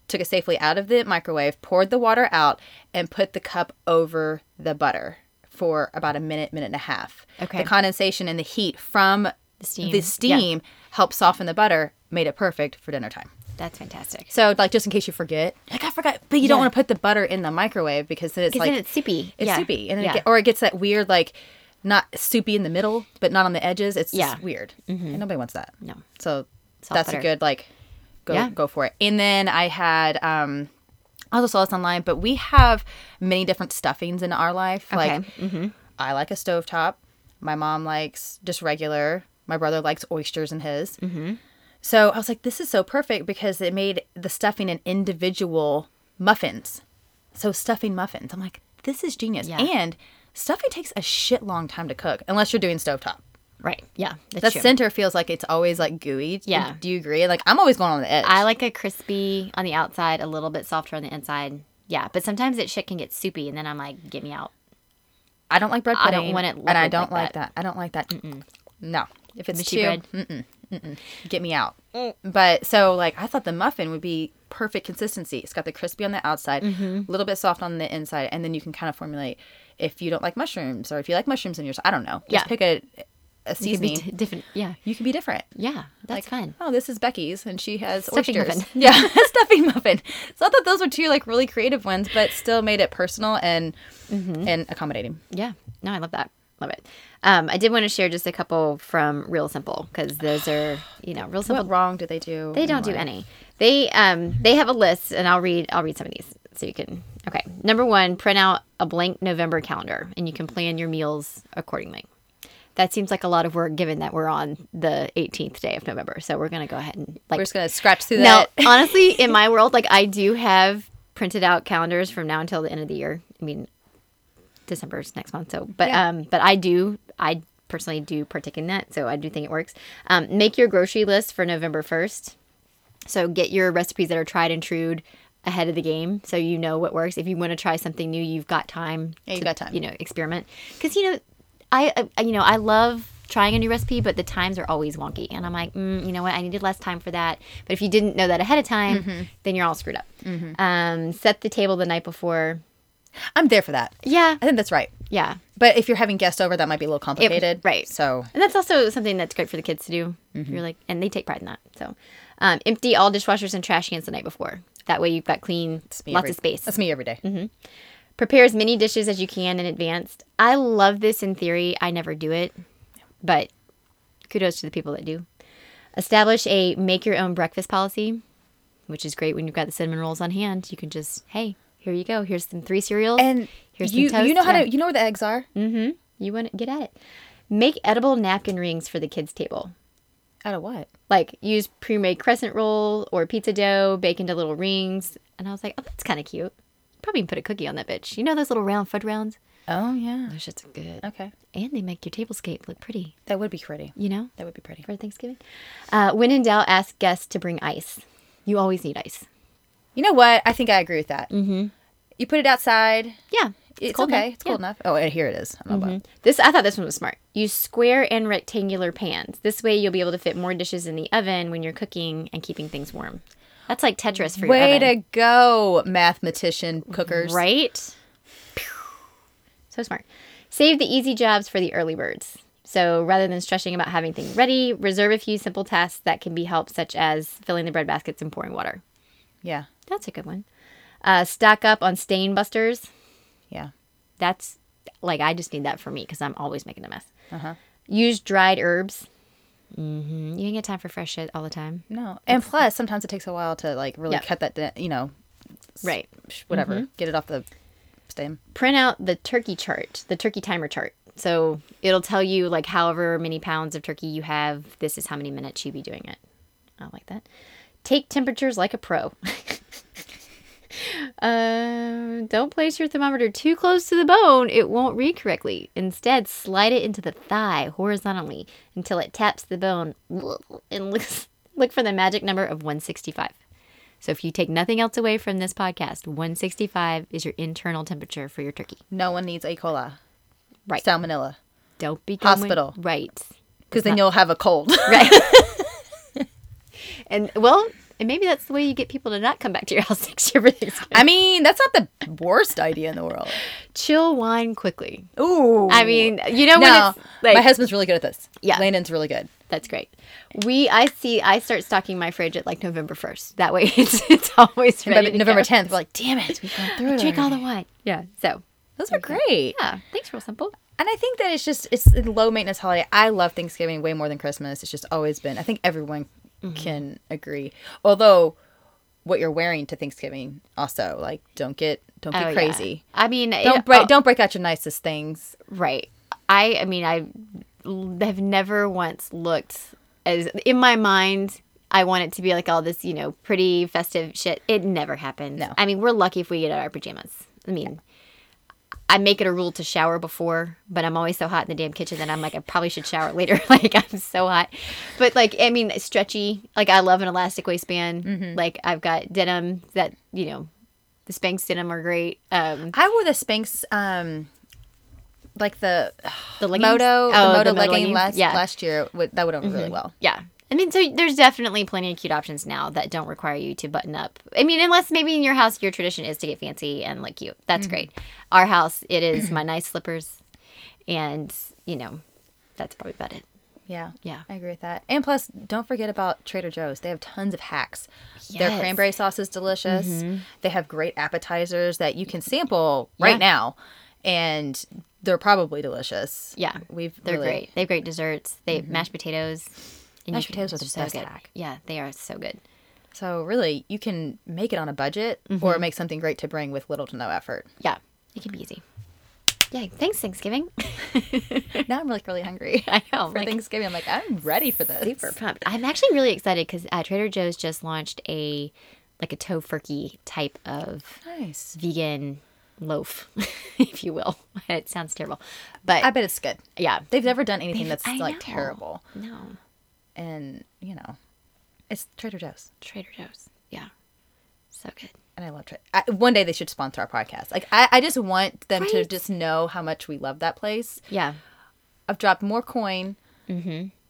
Speaker 1: Took it safely out of the microwave, poured the water out, and put the cup over the butter for about a minute, minute and a half.
Speaker 2: Okay.
Speaker 1: The condensation and the heat from the
Speaker 2: steam.
Speaker 1: the
Speaker 2: Yeah.
Speaker 1: steam helped soften the butter, made it perfect for dinner time.
Speaker 2: That's fantastic.
Speaker 1: So like just in case you forget, like I forgot, but you don't
Speaker 2: Yeah.
Speaker 1: want to put the butter in the microwave because then it's
Speaker 2: Because
Speaker 1: like
Speaker 2: then it's soupy.
Speaker 1: it's
Speaker 2: Yeah.
Speaker 1: soupy, and then
Speaker 2: yeah.
Speaker 1: it get, or it gets that weird like not soupy in the middle, but not on the edges. It's just
Speaker 2: Yeah. Mm-hmm.
Speaker 1: weird, and nobody wants that.
Speaker 2: No.
Speaker 1: So
Speaker 2: Soft
Speaker 1: that's
Speaker 2: butter.
Speaker 1: a good like go
Speaker 2: Yeah.
Speaker 1: go for it. And then I had um I also saw this online, but we have many different stuffings in our life. Like I like a stovetop. My mom likes just regular. My brother likes oysters in his. Mm-hmm. So I was like, this is so perfect because it made the stuffing in individual muffins. So stuffing muffins. I'm like, this is genius.
Speaker 2: Yeah.
Speaker 1: And stuffing takes a shit long time to cook unless you're doing stovetop.
Speaker 2: right. Yeah. That's,
Speaker 1: That
Speaker 2: true.
Speaker 1: center feels like it's always like gooey.
Speaker 2: Yeah.
Speaker 1: Do you agree? Like I'm always going on the edge.
Speaker 2: I like a crispy on the outside, a little bit softer on the inside. Yeah, but sometimes that shit can get soupy, and then I'm like, get me out.
Speaker 1: I don't like bread
Speaker 2: I
Speaker 1: pudding.
Speaker 2: don't want it
Speaker 1: and I
Speaker 2: liquid
Speaker 1: don't
Speaker 2: like
Speaker 1: like that. I don't like that. No, if it's
Speaker 2: Mushy
Speaker 1: too,
Speaker 2: bread. Mm.
Speaker 1: Mm-mm, mm-mm, get me out. But so like I thought the muffin would be perfect consistency. It's got the crispy on the outside, a
Speaker 2: Mm-hmm.
Speaker 1: little bit soft on the inside, and then you can kind of formulate if you don't like mushrooms or if you like mushrooms in yours. I don't know. Just
Speaker 2: Yeah.
Speaker 1: pick a a
Speaker 2: It could be
Speaker 1: seasoning.
Speaker 2: d- different. Yeah,
Speaker 1: you can be different.
Speaker 2: yeah, that's fun.
Speaker 1: Oh, this is Becky's, and she has
Speaker 2: Stuffing
Speaker 1: oysters. [laughs]
Speaker 2: muffin.
Speaker 1: Yeah, stuffing muffin. So I thought those were two like really creative ones, but still made it personal and
Speaker 2: Mm-hmm.
Speaker 1: and accommodating.
Speaker 2: Yeah, no, I love that. Love it. Um, I did want to share just a couple from Real Simple because those are, you know, Real Simple.
Speaker 1: What wrong do they do?
Speaker 2: They
Speaker 1: in
Speaker 2: don't do
Speaker 1: life?
Speaker 2: any. They um they have a list, and I'll read I'll read some of these so you can. Okay, number one, print out a blank November calendar, and you can plan your meals accordingly. That seems like a lot of work, given that we're on the 18th day of November. So we're gonna go ahead and like
Speaker 1: We're just gonna scratch through
Speaker 2: now,
Speaker 1: that. [laughs]
Speaker 2: honestly, in my world, like I do have printed out calendars from now until the end of the year. I mean, December's next month, so but
Speaker 1: Yeah.
Speaker 2: um, but I do I personally do partake in that, so I do think it works. Um, make your grocery list for November first. So get your recipes that are tried and true ahead of the game, so you know what works. If you want to try something new, you've got time.
Speaker 1: Yeah, you've
Speaker 2: to,
Speaker 1: got time.
Speaker 2: You know, experiment because you know, I I- you know I love trying a new recipe, but the times are always wonky, and I'm like, mm, you know what, I needed less time for that. But if you didn't know that ahead of time,
Speaker 1: Mm-hmm.
Speaker 2: then you're all screwed up. Um, set the table the night before.
Speaker 1: I'm there for that.
Speaker 2: Yeah,
Speaker 1: I think that's right.
Speaker 2: yeah.
Speaker 1: But if you're having guests over, that might be a little complicated.
Speaker 2: right.
Speaker 1: So
Speaker 2: And that's also something that's great for the kids to do.
Speaker 1: Mm-hmm.
Speaker 2: If You're like, and they take pride in that. So, um, empty all dishwashers and trash cans the night before. That way, you've got clean,
Speaker 1: it's me
Speaker 2: lots
Speaker 1: every-
Speaker 2: of space. Mm-hmm.
Speaker 1: That's me every day.
Speaker 2: Prepare as many dishes as you can in advance. I love this in theory. I never do it, but kudos to the people that do. Establish a make your own breakfast policy, which is great when you've got the cinnamon rolls on hand. You can just, hey, here you go. Here's some three cereals.
Speaker 1: And
Speaker 2: here's
Speaker 1: you
Speaker 2: some toast.
Speaker 1: you know how
Speaker 2: Yeah. Mm.
Speaker 1: to you know where the eggs are.
Speaker 2: You want to get at it. Make edible napkin rings for the kids' table.
Speaker 1: Out of what?
Speaker 2: Like use pre-made crescent roll or pizza dough, bake into little rings. And I was like, oh, that's kind of cute. Probably put a cookie on that bitch. You know those little round fud rounds?
Speaker 1: Oh yeah.
Speaker 2: Those shits are good.
Speaker 1: Okay.
Speaker 2: And they make your tablescape look pretty,
Speaker 1: That would be pretty.
Speaker 2: you know,
Speaker 1: That would be pretty.
Speaker 2: for Thanksgiving. Uh, when in doubt, ask guests to bring ice. You always need ice.
Speaker 1: You know what? I think I agree with that. Mm-hmm. You put it outside.
Speaker 2: Yeah.
Speaker 1: It's,
Speaker 2: cold
Speaker 1: okay.
Speaker 2: enough.
Speaker 1: It's cold
Speaker 2: Yeah. Mm-hmm.
Speaker 1: enough. Oh, and here it is. I'm not blind.
Speaker 2: This I thought this one was smart. Use square and rectangular pans. This way you'll be able to fit more dishes in the oven when you're cooking and keeping things warm. That's like Tetris for your
Speaker 1: Way
Speaker 2: oven.
Speaker 1: to go, mathematician cookers.
Speaker 2: right? Pew. So smart. Save the easy jobs for the early birds. So rather than stressing about having things ready, reserve a few simple tasks that can be helped, such as filling the bread baskets and pouring water.
Speaker 1: Yeah.
Speaker 2: That's a good one. Uh, stock up on stain busters.
Speaker 1: Yeah.
Speaker 2: That's like I just need that for me because I'm always making a mess. Use dried herbs. hmm You ain't got time for fresh shit all the time,
Speaker 1: No. And plus, sometimes it takes a while to like really
Speaker 2: Yeah. Mm-hmm.
Speaker 1: cut that. da- You know,
Speaker 2: right?
Speaker 1: sh- whatever. Get it off the stem.
Speaker 2: Print out the turkey chart, the turkey timer chart. So it'll tell you like however many pounds of turkey you have. This is how many minutes you be doing it. I like that. Take temperatures like a pro. [laughs] Um, don't place your thermometer too close to the bone. It won't read correctly. Instead, slide it into the thigh horizontally until it taps the bone and looks, [laughs] look for the magic number of 165. So if you take nothing else away from this podcast, 165 is your internal temperature for your turkey.
Speaker 1: No one needs E. coli.
Speaker 2: Right.
Speaker 1: Salmonella.
Speaker 2: Don't be going-
Speaker 1: Hospital.
Speaker 2: Right.
Speaker 1: Because then you'll have a cold.
Speaker 2: [laughs] Right. and well, and maybe that's the way you get people to not come back to your [laughs] house next year for Thanksgiving.
Speaker 1: I mean, that's not the worst idea in the world.
Speaker 2: Chill wine quickly.
Speaker 1: Ooh.
Speaker 2: I mean, you know when
Speaker 1: no.
Speaker 2: it's like
Speaker 1: my husband's really good at this.
Speaker 2: Yeah.
Speaker 1: Landon's really good.
Speaker 2: that's great. We I see I start stocking my fridge at like November first. That way [laughs] it's it's always
Speaker 1: But
Speaker 2: ready. to
Speaker 1: November
Speaker 2: go.
Speaker 1: 10th, we're like, damn it, [laughs] we've gone through it.
Speaker 2: Drink all the
Speaker 1: already."
Speaker 2: wine. Yeah. So
Speaker 1: Those are great.
Speaker 2: yeah, thanks real simple.
Speaker 1: And I think that it's just it's a low maintenance holiday. I love Thanksgiving way more than Christmas. It's just always been. I think everyone
Speaker 2: Mm-hmm.
Speaker 1: can agree. Although what you're wearing to Thanksgiving also like don't get don't
Speaker 2: Oh,
Speaker 1: get
Speaker 2: yeah.
Speaker 1: crazy.
Speaker 2: I mean, it-
Speaker 1: Don't break
Speaker 2: oh,
Speaker 1: don't break out your nicest things.
Speaker 2: Right. I I mean I l- have never once looked as in my mind I want it to be like all this, you know, pretty festive shit. It never happens.
Speaker 1: No.
Speaker 2: I mean, we're lucky if we get out our pajamas. I mean, I make it a rule to shower before, but I'm always so hot in the damn kitchen that I'm like, I probably should shower [laughs] later. like, I'm so hot. But, like, I mean, stretchy. Like, I love an elastic waistband.
Speaker 1: Mm-hmm.
Speaker 2: Like, I've got denim that, you know, the Spanx denim are great. Um,
Speaker 1: I wore the Spanx um like the, [gasps]
Speaker 2: the leggings.
Speaker 1: moto
Speaker 2: Oh,
Speaker 1: the moto
Speaker 2: moto
Speaker 1: legging
Speaker 2: leggings.
Speaker 1: last
Speaker 2: Yeah. Mm-hmm.
Speaker 1: last year wa- that went over really well.
Speaker 2: Yeah. I mean, so there's definitely plenty of cute options now that don't require you to button up. I mean, unless maybe in your house your tradition is to get fancy and look cute.
Speaker 1: Mm.
Speaker 2: That's great. Our house, it
Speaker 1: [clears throat]
Speaker 2: is my nice slippers, and you know, that's probably about it.
Speaker 1: Yeah.
Speaker 2: Yeah.
Speaker 1: I agree with that. And plus, don't forget about Trader Joe's. They have tons of hacks. Their
Speaker 2: Yes. Mm-hmm.
Speaker 1: cranberry sauce is delicious. They have great appetizers that you can sample right
Speaker 2: Yeah.
Speaker 1: now. And they're probably delicious.
Speaker 2: Yeah,
Speaker 1: We've
Speaker 2: They're
Speaker 1: really- Mm-hmm.
Speaker 2: great. They have great desserts. They have mashed potatoes. and you
Speaker 1: Mashed
Speaker 2: can-
Speaker 1: potatoes are the
Speaker 2: so
Speaker 1: best
Speaker 2: good.
Speaker 1: hack.
Speaker 2: Yeah, they are so good.
Speaker 1: So really, you can make it on a budget
Speaker 2: Mm-hmm.
Speaker 1: or make something great to bring with little to no
Speaker 2: [laughs]
Speaker 1: effort.
Speaker 2: Yeah, it can be easy. Yeah, thanks Thanksgiving. [laughs]
Speaker 1: now I'm like really hungry. [laughs]
Speaker 2: I know,
Speaker 1: For
Speaker 2: like-
Speaker 1: Thanksgiving, I'm like, I'm ready for this.
Speaker 2: super pumped. I'm actually really excited because uh, Trader Joe's just launched a like a tofurkey type of
Speaker 1: Nice.
Speaker 2: vegan loaf, [laughs] if you will. [laughs] it sounds terrible, but
Speaker 1: I bet it's good.
Speaker 2: yeah,
Speaker 1: They've never done anything that's
Speaker 2: I
Speaker 1: like
Speaker 2: know.
Speaker 1: terrible.
Speaker 2: no
Speaker 1: And, you know, it's Trader Joe's.
Speaker 2: Trader Joe's. Yeah, so good.
Speaker 1: and I love it. I, one day they should sponsor our podcast. Like I, I just want them to
Speaker 2: Right.
Speaker 1: just know how much we love that place.
Speaker 2: Yeah,
Speaker 1: I've dropped more coin,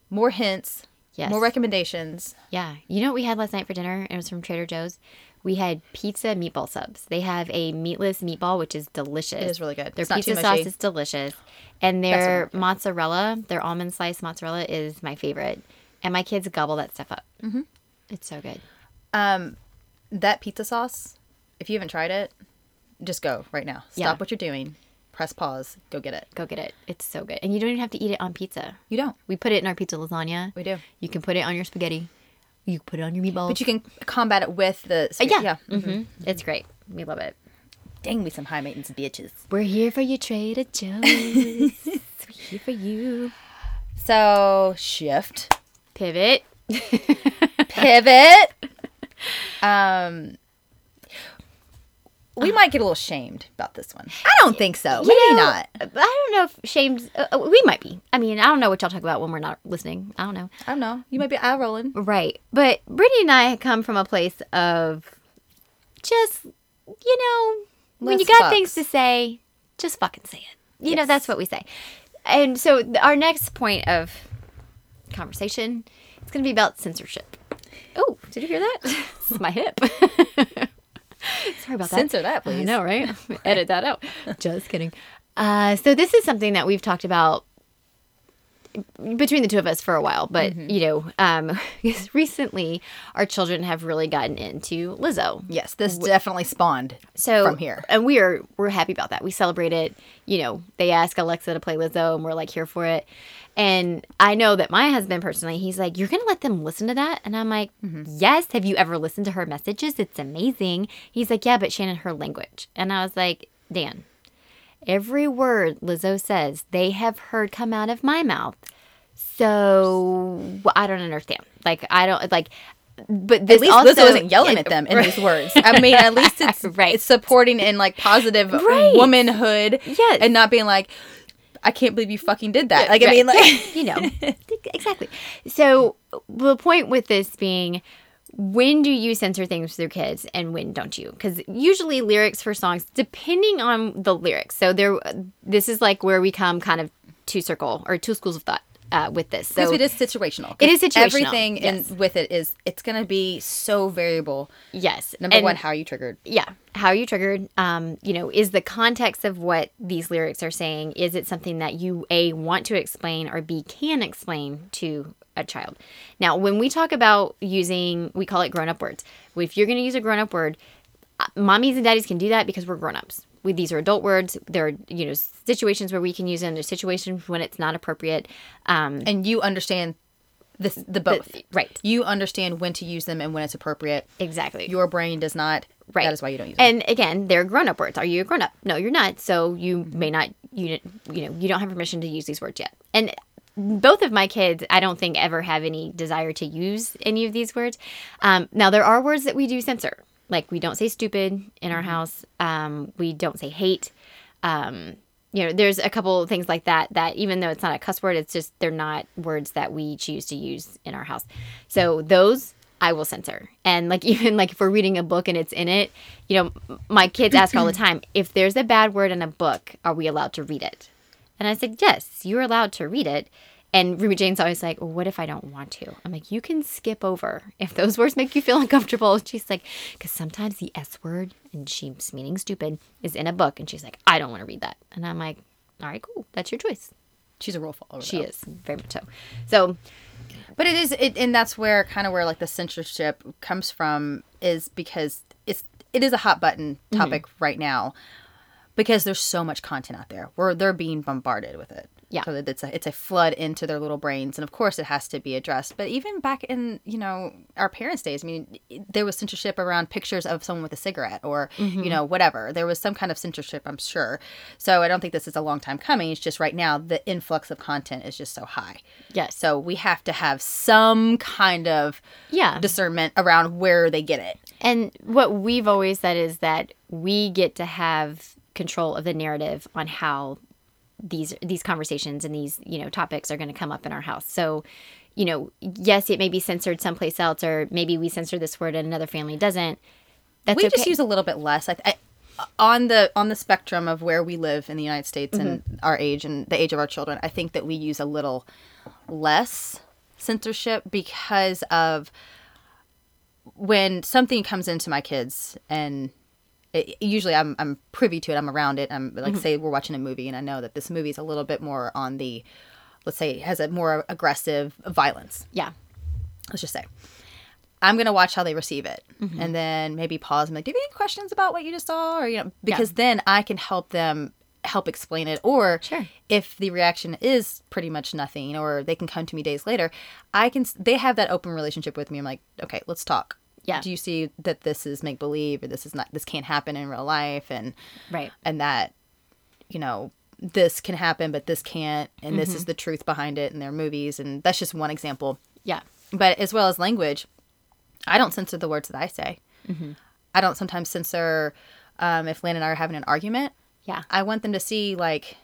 Speaker 1: more hints,
Speaker 2: Mm-hmm. Yes.
Speaker 1: more recommendations.
Speaker 2: yeah. You know what we had last night for dinner? It was from Trader Joe's. We had pizza meatball subs. They have a meatless meatball, which is delicious.
Speaker 1: It is really good.
Speaker 2: Their
Speaker 1: It's not too
Speaker 2: pizza sauce
Speaker 1: mushy.
Speaker 2: is delicious, and their mozzarella, their almond slice mozzarella, is my favorite. And my kids gobble that stuff up. Mm-hmm. It's so good.
Speaker 1: That pizza sauce, if you haven't tried it, just go right now. Stop
Speaker 2: Yeah.
Speaker 1: what you're doing. Press pause. Go get it.
Speaker 2: Go get it. It's so good, and you don't even have to eat it on pizza.
Speaker 1: You don't.
Speaker 2: We put it in our pizza lasagna.
Speaker 1: We do.
Speaker 2: You can put it on your spaghetti. You can put it on your meatballs.
Speaker 1: But you can combat it with the
Speaker 2: Uh, yeah.
Speaker 1: yeah. Mm.
Speaker 2: hmm It's great. We love it.
Speaker 1: Dang me some high maintenance bitches.
Speaker 2: We're here for you, Trader [laughs] Joe's. We're here for you.
Speaker 1: So shift,
Speaker 2: Pivot.
Speaker 1: pivot. um, we might get a little shamed about this one. I don't think so. Maybe
Speaker 2: You know,
Speaker 1: not.
Speaker 2: I don't know if shamed. Uh, uh, we might be. I mean, I don't know what y'all talk about when we're not listening. I don't know.
Speaker 1: I don't know. You might be eye rolling.
Speaker 2: Right. But Brittany and I come from a place of just, you know, when
Speaker 1: Less
Speaker 2: you got
Speaker 1: fucks.
Speaker 2: things to say, just fucking say it. You know, that's what we say. And so th- our next point of conversation is going to be about censorship. Oh, did you hear that? it's my hip. [laughs] Sorry about that.
Speaker 1: Censor that,
Speaker 2: I
Speaker 1: please.
Speaker 2: know, right? Edit that out. Just kidding. Uh, so this is something that we've talked about between the two of us for a while, but you know, um, [laughs] because recently our children have really gotten into Lizzo.
Speaker 1: [laughs] Yes, this definitely spawned
Speaker 2: So
Speaker 1: from here.
Speaker 2: and we are we're happy about that. We celebrate it. You know, they ask Alexa to play Lizzo, and we're like here for it. And I know that my husband personally, he's like, "You're gonna let them listen to that?" And I'm like,
Speaker 1: Mm-hmm.
Speaker 2: "Yes." Have you ever listened to her messages? It's amazing. He's like, "Yeah, but Shannon, her language." And I was like, "Dan, every word Lizzo says, they have heard come out of my mouth." So I don't understand. Like I don't like but this
Speaker 1: at least
Speaker 2: also
Speaker 1: Lizzo isn't yelling
Speaker 2: it-
Speaker 1: at them in
Speaker 2: right.
Speaker 1: these words. I mean, at [laughs] least it's,
Speaker 2: Right.
Speaker 1: it's supporting in like positive
Speaker 2: Right.
Speaker 1: womanhood
Speaker 2: Yes.
Speaker 1: and not being like, I can't believe you fucking did [laughs] that. Like, I
Speaker 2: Right.
Speaker 1: mean, like,
Speaker 2: you know exactly. So the point with this being. When do you censor things through kids and when don't you? Because usually lyrics for songs, depending on the lyrics. So there, this is like where we come kind of two circle or two schools of thought uh, with this.
Speaker 1: because
Speaker 2: So
Speaker 1: it is situational.
Speaker 2: It is
Speaker 1: 'Cause
Speaker 2: situational,
Speaker 1: Everything
Speaker 2: yes.
Speaker 1: in, with it is, it's going to be so variable.
Speaker 2: yes,
Speaker 1: Number
Speaker 2: And-
Speaker 1: one, how are you triggered?
Speaker 2: yeah how are you triggered um you know is the context of what these lyrics are saying is it something that you a want to explain or b can explain to a child now when we talk about using we call it grown-up words if you're going to use a grown-up word uh, mommies and daddies can do that because we're grown-ups we, these are adult words there are you know situations where we can use them there's situations when it's not appropriate um
Speaker 1: And you understand this, the both.
Speaker 2: right
Speaker 1: you understand when to use them and when it's appropriate.
Speaker 2: exactly
Speaker 1: Your brain does not.
Speaker 2: Right.
Speaker 1: That is why you don't use them.
Speaker 2: And again, they're grown-up words. Are you a grown-up? No, you're not. So you may not you you know you don't have permission to use these words yet. And both of my kids, I don't think ever have any desire to use any of these words. Um, now there are words that we do censor, like we don't say stupid in our house. Um, we don't say hate. Um, you know, there's a couple of things like that that even though it's not a cuss word, it's just they're not words that we choose to use in our house. So those I will censor. And like [laughs] even like if we're reading a book and it's in it, you know, m- my kids ask all the time, if there's a bad word in a book, are we allowed to read it? And I said, yes, you're allowed to read it. And Ruby Jane's always like, well, what if I don't want to? I'm like, you can skip over if those [laughs] words make you feel uncomfortable. She's like, because sometimes the S word, and she's meaning stupid, is in a book. And she's like, I don't want to read that. And I'm like, all right, cool. That's your choice.
Speaker 1: She's a rule follower.
Speaker 2: She
Speaker 1: though.
Speaker 2: is very much so. So,
Speaker 1: But it is, it, and that's where kind of where like the censorship comes from is because it's it is a hot button
Speaker 2: Mm-hmm.
Speaker 1: topic right now because there's so much content out there where they're being bombarded with it.
Speaker 2: Yeah.
Speaker 1: so that it's a it's a flood into their little brains, and of course it has to be addressed. But even back in you know our parents' days, I mean, it- there was censorship around pictures of someone with a cigarette or
Speaker 2: Mm-hmm.
Speaker 1: you know whatever. There was some kind of censorship, I'm sure. So I don't think this is a long time coming. It's just right now the influx of content is just so high.
Speaker 2: yes.
Speaker 1: So we have to have some kind of
Speaker 2: yeah.
Speaker 1: discernment around where they get it.
Speaker 2: And what we've always said is that we get to have control of the narrative on how these these conversations and these you know topics are going to come up in our house. So, you know, yes, it may be censored someplace else, or maybe we censor this word and another family doesn't. That's
Speaker 1: we
Speaker 2: okay.
Speaker 1: just use a little bit less. I, I, on the on the spectrum of where we live in the United States
Speaker 2: Mm-hmm.
Speaker 1: and our age and the age of our children, I think that we use a little less censorship because of when something comes into my kids and it, usually I'm, I'm privy to it i'm around it i'm
Speaker 2: Mm-hmm.
Speaker 1: like say we're watching a movie and i know that this movie is a little bit more on the let's say has a more aggressive violence
Speaker 2: yeah,
Speaker 1: let's just say i'm going to watch how they receive it
Speaker 2: Mm-hmm.
Speaker 1: and then maybe pause and be like do you have any questions about what you just saw or you know because then i can help them help explain it or
Speaker 2: Sure.
Speaker 1: if the reaction is pretty much nothing or they can come to me days later i can s- they have that open relationship with me i'm like okay let's talk
Speaker 2: Yeah.
Speaker 1: do you see that this is make believe or this is not this can't happen in real life and
Speaker 2: right.
Speaker 1: and that you know this can happen but this can't and this
Speaker 2: Mm-hmm.
Speaker 1: is the truth behind it in their movies and that's just one example
Speaker 2: Yeah,
Speaker 1: but as well as language, I don't censor the words that I say.
Speaker 2: Mm-hmm.
Speaker 1: I don't sometimes censor um, if Lynn and I are having an argument.
Speaker 2: yeah.
Speaker 1: I want them to see like,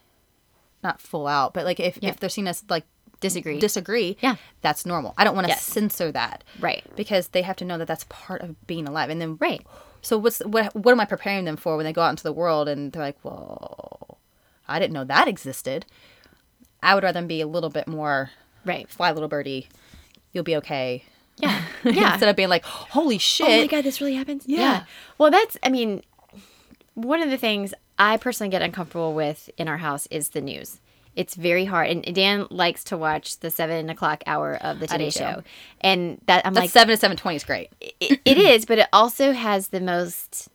Speaker 1: not full out, but like if, if they're seeing us like
Speaker 2: Disagree.
Speaker 1: disagree,
Speaker 2: Yeah.
Speaker 1: that's normal. I don't want to
Speaker 2: Yes.
Speaker 1: censor that,
Speaker 2: Right.
Speaker 1: Because they have to know that that's part of being alive. And then
Speaker 2: Right.
Speaker 1: So what's what what am I preparing them for when they go out into the world and they're like, whoa, I didn't know that existed. I would rather them be a little bit more
Speaker 2: right.
Speaker 1: fly little birdie you'll be okay [laughs]
Speaker 2: Yeah, yeah.
Speaker 1: instead of being like holy
Speaker 2: oh my
Speaker 1: shit
Speaker 2: god, this really happens. Yeah.
Speaker 1: Yeah.
Speaker 2: Well, that's. I mean, one of the things I personally get uncomfortable with in our house is the news. It's very hard, and Dan likes to watch the seven o'clock hour of the Today
Speaker 1: too.
Speaker 2: Show, and that I'm
Speaker 1: That [clears throat]
Speaker 2: like,
Speaker 1: seven to seven twenty is great.
Speaker 2: it, it is, but it also has the most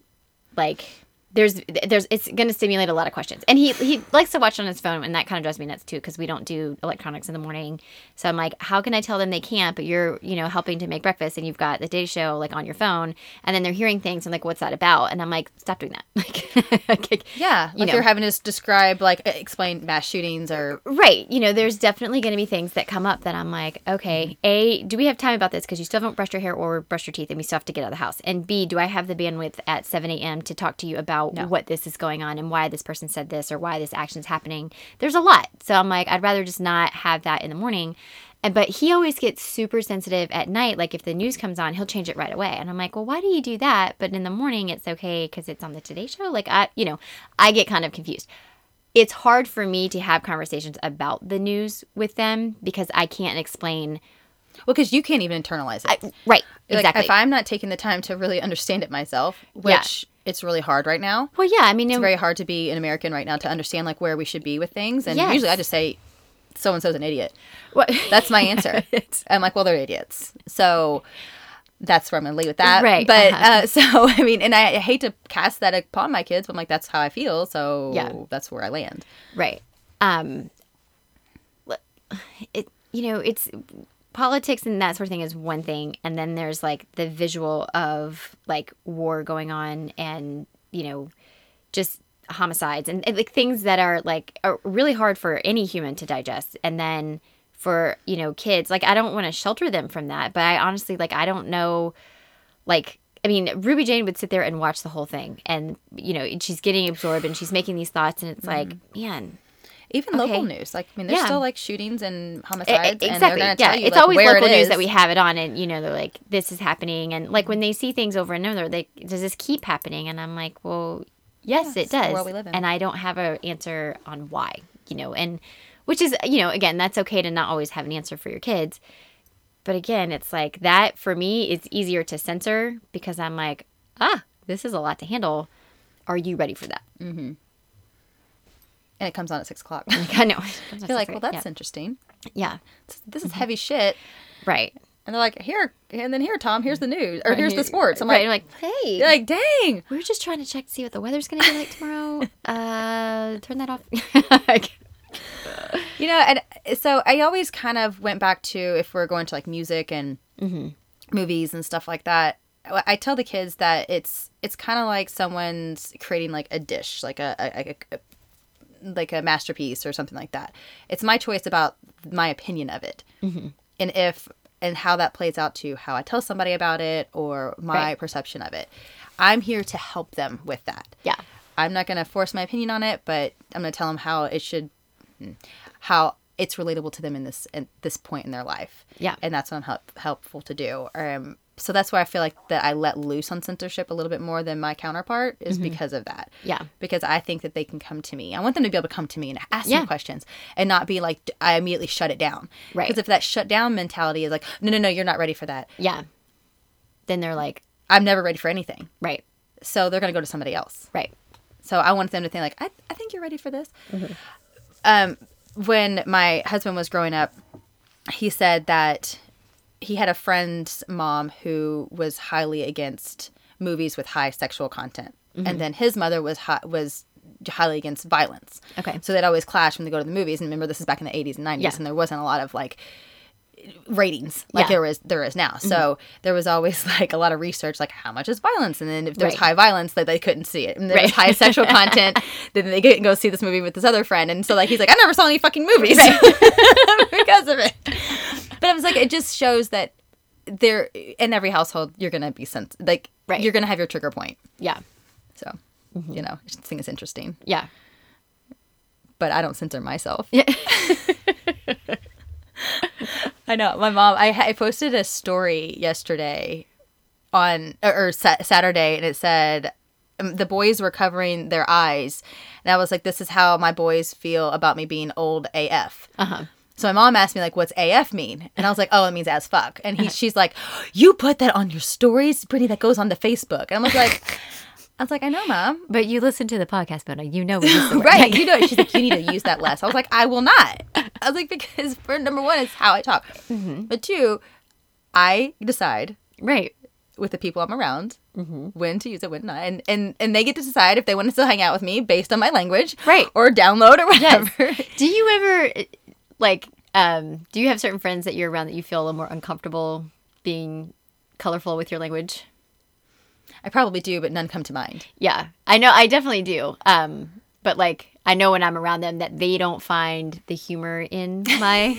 Speaker 2: like there's there's it's going to stimulate a lot of questions. And he he likes to watch on his phone, and that kind of drives me nuts too because we don't do electronics in the morning. So I'm like, how can I tell them they can't? But you're you know helping to make breakfast, and you've got the data show like on your phone, and then they're hearing things. and like, what's that about? And I'm like, stop doing that. [laughs] Like, like,
Speaker 1: Yeah,
Speaker 2: you
Speaker 1: like
Speaker 2: know.
Speaker 1: you're having us describe, like e, explain mass shootings or
Speaker 2: Right. You know, there's definitely going to be things that come up that I'm like, okay, A, do we have time about this? Because you still haven't brushed your hair or brushed your teeth and we still have to get out of the house. And B, do I have the bandwidth at 7 a.m. to talk to you about what this is going on and why this person said this or why this action is happening? There's a lot. So I'm like, I'd rather just not have that in the morning. And, but he always gets super sensitive at night. Like if the news comes on, he'll change it right away. And I'm like, well, why do you do that? But in the morning, it's okay because it's on the Today Show. Like I, you know, I get kind of confused it's hard for me to have conversations about the news with them because I can't explain.
Speaker 1: well, because you can't even internalize it.
Speaker 2: Right.
Speaker 1: Like,
Speaker 2: Exactly.
Speaker 1: if I'm not taking the time to really understand it myself, which it's really hard right now.
Speaker 2: well, yeah. I mean,
Speaker 1: It's
Speaker 2: it-
Speaker 1: very hard to be an American right now to understand like where we should be with things. And
Speaker 2: Yes.
Speaker 1: usually I just say, so and so's an idiot.
Speaker 2: what-
Speaker 1: That's my
Speaker 2: [laughs]
Speaker 1: answer. I'm like, well, they're idiots. So that's where I'm going to leave with that.
Speaker 2: Right,
Speaker 1: But uh [laughs]
Speaker 2: uh-huh.
Speaker 1: so, I mean, and I, I hate to cast that upon my kids, but I'm like, that's how I feel. So
Speaker 2: Yeah.
Speaker 1: that's where I land.
Speaker 2: right. Um, l- it you know it's politics and that sort of thing is one thing, and then there's like the visual of like war going on, and you know, just homicides and, and like things that are like are really hard for any human to digest and then for you know kids like i don't want to shelter them from that but i honestly like i don't know like i mean ruby jane would sit there and watch the whole thing and you know and she's getting absorbed and she's making these thoughts and it's like man
Speaker 1: Even local
Speaker 2: Okay.
Speaker 1: news. Like, I mean, there's
Speaker 2: Yeah.
Speaker 1: still like shootings and
Speaker 2: E- e-
Speaker 1: homicides. And they're
Speaker 2: exactly
Speaker 1: going to
Speaker 2: yeah
Speaker 1: tell you
Speaker 2: it's
Speaker 1: like,
Speaker 2: always
Speaker 1: where
Speaker 2: local
Speaker 1: it
Speaker 2: news
Speaker 1: is.
Speaker 2: that we have it on and you know they're like this is happening and like when they see things over and over they does this keep happening and i'm like well yes
Speaker 1: Yeah,
Speaker 2: it
Speaker 1: it's the
Speaker 2: does
Speaker 1: world we live in.
Speaker 2: and i don't have a answer on why you know and which is you know again that's okay to not always have an answer for your kids but again it's like that for me is easier to censor because i'm like ah this is a lot to handle are you ready for that [laughs]
Speaker 1: And it comes on at six
Speaker 2: [laughs]
Speaker 1: o'clock.
Speaker 2: i know
Speaker 1: You're like, well, that's
Speaker 2: yeah, Mm-hmm.
Speaker 1: interesting.
Speaker 2: yeah
Speaker 1: This- This is heavy shit.
Speaker 2: right
Speaker 1: And they're like, here, and then here, Tom, here's the news, or here's the sports. I'm
Speaker 2: right
Speaker 1: like,
Speaker 2: you're like hey
Speaker 1: you're like, dang.
Speaker 2: We were just trying to check to see what the weather's going to be like [laughs] tomorrow. uh, turn that off. [laughs]
Speaker 1: You know, and uh, so I always kind of went back to if we're going to like music and
Speaker 2: Mm-hmm.
Speaker 1: movies and stuff like that. I I tell the kids that it's it's kind of like someone's creating like a dish, like a, a, a- a like a masterpiece or something like that. It's my choice about my opinion of it,
Speaker 2: Mm-hmm.
Speaker 1: and if and how that plays out to how I tell somebody about it or my
Speaker 2: Right.
Speaker 1: perception of it. I'm here to help them with that.
Speaker 2: Yeah.
Speaker 1: I'm not going to force my opinion on it, but I'm going to tell them how it should, how it's relatable to them in this at this point in their life.
Speaker 2: Yeah.
Speaker 1: and that's what I'm help, helpful to do. Um, so that's why I feel like that I let loose on censorship a little bit more than my counterpart is
Speaker 2: Mm-hmm.
Speaker 1: because of that.
Speaker 2: Yeah.
Speaker 1: because I think that they can come to me. I want them to be able to come to me and ask
Speaker 2: Yeah.
Speaker 1: me questions and not be like I immediately shut it down.
Speaker 2: Right.
Speaker 1: Because if that shut down mentality is like, no, no, no, you're not ready for that.
Speaker 2: Yeah. Then they're like,
Speaker 1: I'm never ready for anything.
Speaker 2: right,
Speaker 1: So they're going to go to somebody else.
Speaker 2: right.
Speaker 1: So I want them to think like, I, I think you're ready for this.
Speaker 2: Mm-hmm.
Speaker 1: Um, when my husband was growing up, he said that he had a friend's mom who was highly against movies with high sexual content,
Speaker 2: Mm-hmm.
Speaker 1: and then his mother was hi- was highly against violence.
Speaker 2: Okay.
Speaker 1: so they'd always clash when they go to the movies. And remember, this is back in the '80s and '90s,
Speaker 2: Yeah.
Speaker 1: and there wasn't a lot of like ratings like
Speaker 2: Yeah. Mm-hmm.
Speaker 1: there is there is now. So there was always [laughs] like a lot of research like how much is violence and then if there was
Speaker 2: Right.
Speaker 1: high violence that they couldn't see it and there was
Speaker 2: Right.
Speaker 1: high sexual [laughs] content then they couldn't go see this movie with this other friend and so like he's like I never saw any fucking movies [laughs] because of it. [laughs] But I was like it just shows that there in every household you're gonna be sent like
Speaker 2: Right.
Speaker 1: you're gonna have your trigger point.
Speaker 2: Yeah.
Speaker 1: So you know I just think it's interesting.
Speaker 2: Yeah.
Speaker 1: But I don't censor myself. Yeah. [laughs] I know. My mom, I, I posted a story yesterday on, or, or sa- Saturday, and it said, um, the boys were covering their eyes. And I was like, this is how my boys feel about me being old AF. Uh-huh. So my mom asked me, like, what's AF mean? And I was like, oh, it means as fuck. And he, she's like, you put that on your stories, Brittany, that goes on to Facebook. And I was like, I was like, I know, mom.
Speaker 2: But you listen to the podcast, Mona. You [laughs] know what you said.
Speaker 1: [laughs] Right. You know, it. she's like, you need to use [laughs] that less. I was like, I will not. I was like, because Mm-hmm. for number one, it's how I talk. But two, I decide
Speaker 2: Right.
Speaker 1: with the people I'm around, when to use it, when not, and and and they get to decide if they want to still hang out with me based on my language,
Speaker 2: Right.
Speaker 1: or download or whatever. [laughs]
Speaker 2: Do you ever eh, like um do you have certain friends that you're around that you feel a little more uncomfortable being colorful with your language?
Speaker 1: I probably do, but none come to mind.
Speaker 2: Yeah. I know I definitely do. Um but like I know when I'm around them that they don't find the humor in [laughs] my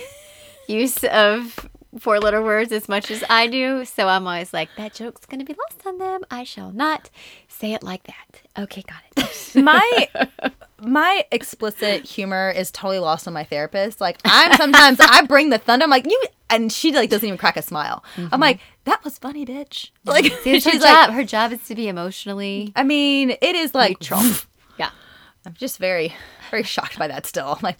Speaker 2: use of four letter words as much as I do. So I'm always like that joke's going to be lost on them. I shall not say it like that. Okay, got [laughs]
Speaker 1: [laughs]
Speaker 2: it.
Speaker 1: My my explicit humor is totally lost on my therapist. Like [laughs] I'm sometimes I bring the thunder. I'm like you, and she like doesn't even crack a smile. I'm like that was funny, bitch. Like [laughs]
Speaker 2: See, it's
Speaker 1: Mm-hmm. she's
Speaker 2: her
Speaker 1: like,
Speaker 2: job. her job is to be emotionally.
Speaker 1: I mean, it is like
Speaker 2: Yeah.
Speaker 1: [laughs] I'm just very, very shocked by that still. [laughs] I'm like,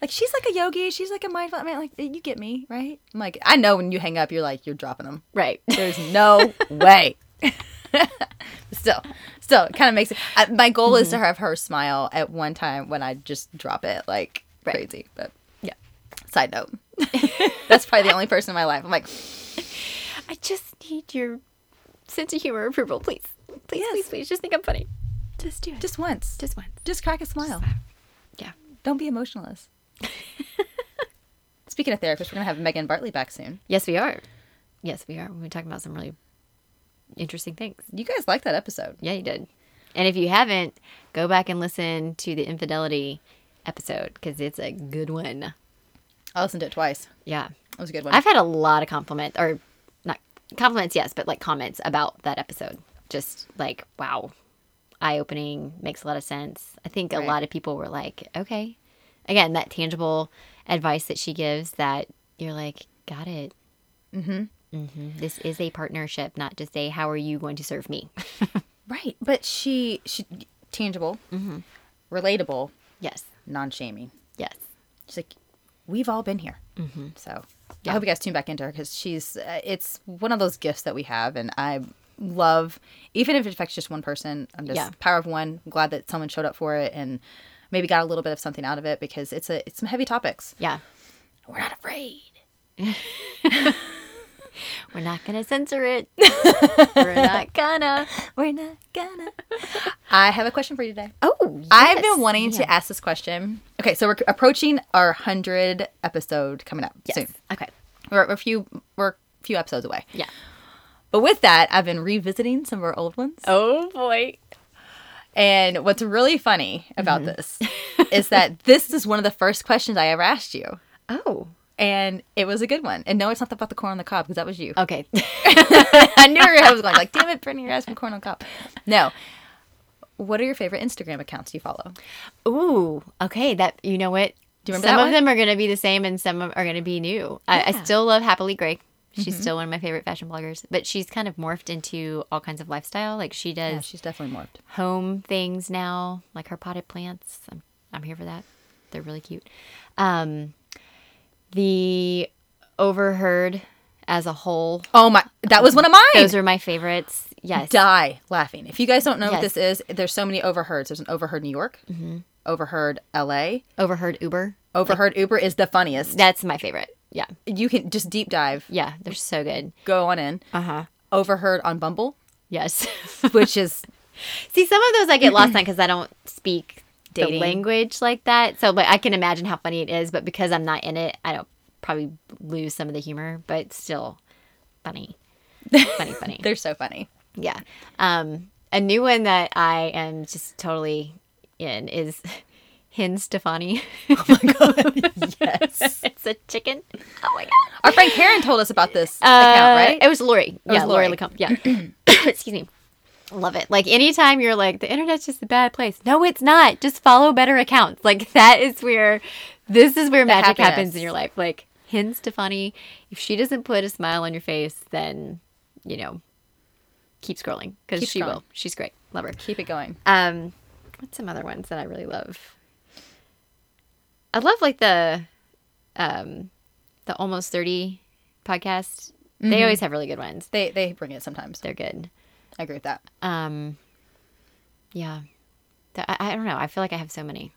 Speaker 1: like she's like a yogi. She's like a mindful. I mean, like you get me, right? I'm like, I know when you hang up, you're like, you're dropping them.
Speaker 2: [laughs] Right.
Speaker 1: There's no way. [laughs] still, still, it kind of makes it. I, my goal is to have her smile at one time when I just drop it like
Speaker 2: Right.
Speaker 1: crazy. But
Speaker 2: Yeah.
Speaker 1: side note, [laughs] that's probably the only person in my life. I'm like,
Speaker 2: I just need your sense of humor approval, please. Please, please, please. Just think I'm funny. Just do it. Just,
Speaker 1: just once, just,
Speaker 2: just once.
Speaker 1: just crack a smile.
Speaker 2: Yeah.
Speaker 1: Don't be emotionalist. [laughs] Speaking of therapists, we're gonna have Megan Bartley back soon.
Speaker 2: Yes, we are. Yes, we are. We're talking about some really interesting things.
Speaker 1: You guys like that episode?
Speaker 2: Yeah, you did. And if you haven't, go back and listen to the infidelity episode because it's a good one.
Speaker 1: I listened to it twice.
Speaker 2: Yeah.
Speaker 1: It was a good one.
Speaker 2: I've had a lot of compliments, or not compliments, yes, but like comments about that episode. Just like, wow, eye opening, makes a lot of sense. I think
Speaker 1: Right.
Speaker 2: a lot of people were like, okay. Again, that tangible advice that she gives that you're like, got it. Mm-hmm. Mm-hmm. This is a partnership, not just a how are you going to serve me. [laughs]
Speaker 1: right, but she she tangible, relatable,
Speaker 2: yes,
Speaker 1: non-shaming.
Speaker 2: yes.
Speaker 1: She's like, we've all been here. Mm-hmm. So I hope you guys tune back into her because she's uh, it's one of those gifts that we have, and I love even if it affects just one person. I'm just
Speaker 2: Yeah.
Speaker 1: power of one. I'm glad that someone showed up for it and maybe got a little bit of something out of it because it's a it's some heavy topics.
Speaker 2: Yeah.
Speaker 1: We're not afraid.
Speaker 2: We're not going to censor [laughs] it. We're not [laughs] gonna.
Speaker 1: We're not gonna. I have a question for you today.
Speaker 2: Oh,
Speaker 1: I've
Speaker 2: yes.
Speaker 1: been wanting to ask this question. Okay, so we're approaching our hundred episode coming up
Speaker 2: Yes.
Speaker 1: soon.
Speaker 2: Okay.
Speaker 1: We're a few we're a few episodes away.
Speaker 2: Yeah.
Speaker 1: But with that, I've been revisiting some of our old ones.
Speaker 2: Oh, boy.
Speaker 1: And what's really funny about
Speaker 2: Mm-hmm.
Speaker 1: this is
Speaker 2: [laughs]
Speaker 1: that this is one of the first questions I ever asked you.
Speaker 2: Oh.
Speaker 1: And it was a good one. And no, it's not about the corn on the cob because that was you.
Speaker 2: Okay. [laughs]
Speaker 1: I knew where I was going. Like, damn it, Brittany, you're asking corn on the cob. No. What are your favorite Instagram accounts you follow?
Speaker 2: Ooh, okay. That you know what?
Speaker 1: Do you remember
Speaker 2: some
Speaker 1: that
Speaker 2: of
Speaker 1: one?
Speaker 2: them are going to be the same, and some of- are going to be new. I, I still love Happily Gray. She's
Speaker 1: Mm-hmm.
Speaker 2: still one of my favorite fashion bloggers, but she's kind of morphed into all kinds of lifestyle. Like she does
Speaker 1: Yeah, she's definitely morphed.
Speaker 2: home things now, like her potted plants. I'm, I'm here for that. They're really cute. Um, the overheard as a whole.
Speaker 1: Oh my, that was one of mine.
Speaker 2: Those are my favorites. Yes.
Speaker 1: Die laughing. If you guys don't know what
Speaker 2: Yes. Mm-hmm.
Speaker 1: this is, there's so many overheards. There's an overheard New York, overheard LA,
Speaker 2: Overheard Uber.
Speaker 1: overheard Uber is the funniest.
Speaker 2: That's my favorite. Yeah.
Speaker 1: You can just deep dive,
Speaker 2: Yeah. They're so good.
Speaker 1: go on in.
Speaker 2: Uh huh.
Speaker 1: Overheard on
Speaker 2: [laughs]
Speaker 1: Bumble,
Speaker 2: Yes.
Speaker 1: which is
Speaker 2: See, some of those I get [clears throat] lost on because I don't speak
Speaker 1: Dating.
Speaker 2: the language like that. So, but I can imagine how funny it is. But because I'm not in it, I don't probably lose some of the humor. But still, funny, funny, [laughs] funny.
Speaker 1: they're so funny.
Speaker 2: yeah. Um, a new one that I am just totally in is [laughs] Hin Stefani. Oh my [laughs] god!
Speaker 1: Yes.
Speaker 2: it's a chicken. Oh my god!
Speaker 1: Our friend Karen told us about this
Speaker 2: Uh,
Speaker 1: account, right?
Speaker 2: It was Lori.
Speaker 1: was
Speaker 2: yeah,
Speaker 1: Lori.
Speaker 2: Lori Lecomte. Yeah.
Speaker 1: [clears throat]
Speaker 2: [coughs] Excuse me. Love it. Like anytime you're like the internet's just a bad place. No, it's not. Just follow better accounts. Like [laughs] that is where this is where magic
Speaker 1: happiness.
Speaker 2: happens in your life. Like Hin Stefani, if she doesn't put a smile on your face, then you know, keep scrolling because
Speaker 1: Keep
Speaker 2: she
Speaker 1: scrolling.
Speaker 2: will. She's great. Love her.
Speaker 1: Keep it going.
Speaker 2: Um, what's some other ones that I really love? I love like the, um, the almost thirty podcast. They always have really good ones.
Speaker 1: They they bring it sometimes.
Speaker 2: They're good.
Speaker 1: I agree with that.
Speaker 2: Um, yeah, Th- I, I don't know. I feel like I have so many.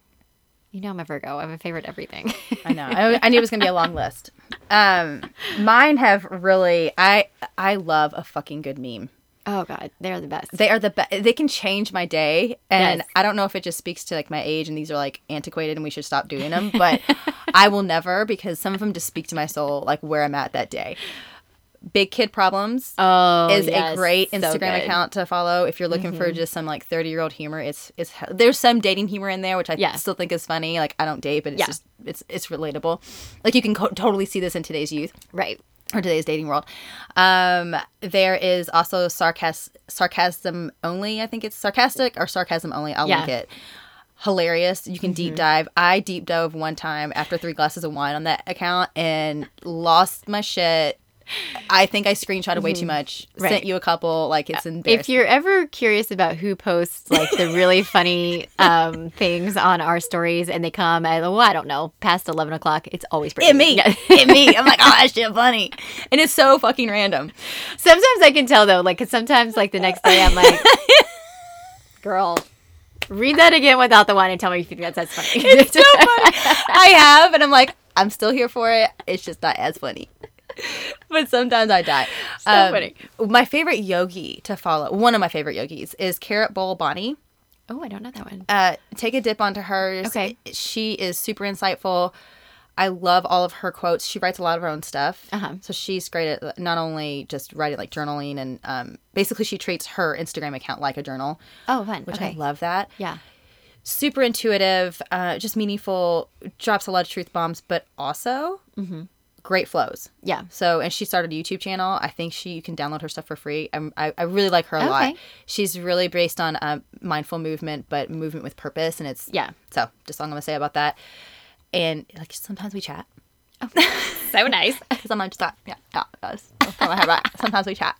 Speaker 2: You know, I'm a Virgo. I have a favorite everything. [laughs]
Speaker 1: I know. I, I knew it was gonna be a long list. Um, mine have really. I I love a fucking good meme.
Speaker 2: Oh God, they're the best.
Speaker 1: They are the best. They can change my day, and
Speaker 2: Yes.
Speaker 1: I don't know if it just speaks to like my age and these are like antiquated and we should stop doing them, but I will never because some of them just speak to my soul, like where I'm at that day. Big kid problems
Speaker 2: oh,
Speaker 1: is
Speaker 2: yes,
Speaker 1: a great
Speaker 2: so
Speaker 1: Instagram
Speaker 2: good. Mm-hmm.
Speaker 1: account to follow if you're looking for just some like 30 year old humor. It's it's there's some dating humor in there which I
Speaker 2: Yeah.
Speaker 1: still think is funny. Like I don't date, but it's
Speaker 2: Yeah.
Speaker 1: just it's it's relatable. Like you can co- totally see this in today's youth
Speaker 2: Right.
Speaker 1: or today's dating world. Um, there is also sarcasm, sarcasm only. I think it's sarcastic or sarcasm only. I'll link
Speaker 2: Yeah.
Speaker 1: it. Hilarious. You can deep dive. I deep dove one time after three glasses of wine on that account and lost my shit. I think I screenshotted way too much.
Speaker 2: Right.
Speaker 1: Sent you a couple. Like it's embarrassing.
Speaker 2: If you're ever curious about who posts like the [laughs] really funny um, things on our stories and they come at, oh, I don't know, past 11 o'clock, it's always Brittany.
Speaker 1: it me.
Speaker 2: Yeah.
Speaker 1: it me. I'm like, oh, that shit funny, and it's so fucking random.
Speaker 2: [laughs] Sometimes I can tell though, like, cause sometimes like the next day I'm [laughs] like, girl, read that again without the wine and tell me if you think that's funny. It's [laughs] so funny.
Speaker 1: I have, and I'm like, I'm still here for it. It's just not as funny. but sometimes I die. So
Speaker 2: funny.
Speaker 1: My favorite yogi to follow, one of my favorite yogis, is Carrot Bowl Bonnie.
Speaker 2: oh, I don't know that one.
Speaker 1: Uh, take a dip onto hers.
Speaker 2: Okay.
Speaker 1: She is super insightful. I love all of her quotes. She writes a lot of her own stuff.
Speaker 2: Uh-huh.
Speaker 1: So she's great at not only just writing like journaling and um, basically she treats her Instagram account like a journal,
Speaker 2: Oh, fun.
Speaker 1: which
Speaker 2: okay.
Speaker 1: I love that
Speaker 2: [laughs] Yeah.
Speaker 1: super intuitive, uh, just meaningful, drops a lot of truth bombs, but also great flows.
Speaker 2: Mm-hmm. Yeah.
Speaker 1: So, and she started a YouTube channel. I think she you can download her stuff for free. i I, I really like her a lot.
Speaker 2: Okay.
Speaker 1: She's really based on um, mindful movement, but movement with purpose, and it's
Speaker 2: Yeah.
Speaker 1: So, just all I'm gonna say about that. And like sometimes we chat [laughs]
Speaker 2: Oh. So [laughs] nice.
Speaker 1: because I'm like just that yeah yeah. that's- that's how I have that. Sometimes we chat.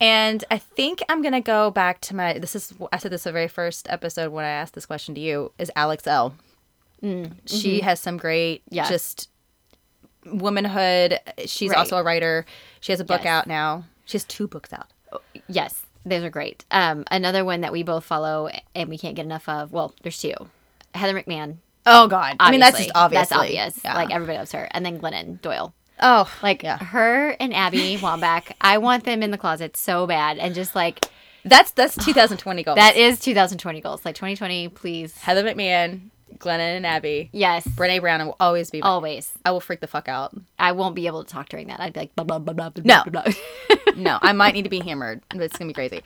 Speaker 1: And I think I'm gonna go back to my. This is I said this the very first episode when I asked this question to you is Alex L.
Speaker 2: Mm,
Speaker 1: She
Speaker 2: mm-hmm.
Speaker 1: has some great
Speaker 2: Yeah.
Speaker 1: just womanhood. She's
Speaker 2: Right.
Speaker 1: also a writer. She has a book
Speaker 2: Yes.
Speaker 1: out now. She has two books out.
Speaker 2: Yes, those are great. Um, another one that we both follow and we can't get enough of. Well, there's two. Heather McMahon.
Speaker 1: Oh God! I mean that's
Speaker 2: obviously.
Speaker 1: just obvious.
Speaker 2: That's obvious.
Speaker 1: Yeah.
Speaker 2: Like everybody loves her. And then Glennon Doyle.
Speaker 1: oh
Speaker 2: Like uh,
Speaker 1: yeah.
Speaker 2: her and
Speaker 1: [laughs]
Speaker 2: Abby Wambach. I want them in the closet so bad. And just like
Speaker 1: That's that's 2020 goals.
Speaker 2: that is 2020 goals. Like 2020, please.
Speaker 1: Heather McMahon, Glennon and Abby,
Speaker 2: Yes.
Speaker 1: Brene Brown will always be. my
Speaker 2: Always.
Speaker 1: I will freak the fuck out.
Speaker 2: I won't be able to talk during that. I'd be like blah blah blah blah blah
Speaker 1: No.
Speaker 2: blah,
Speaker 1: [laughs]
Speaker 2: blah.
Speaker 1: no, I might need to be hammered. but It's gonna be crazy.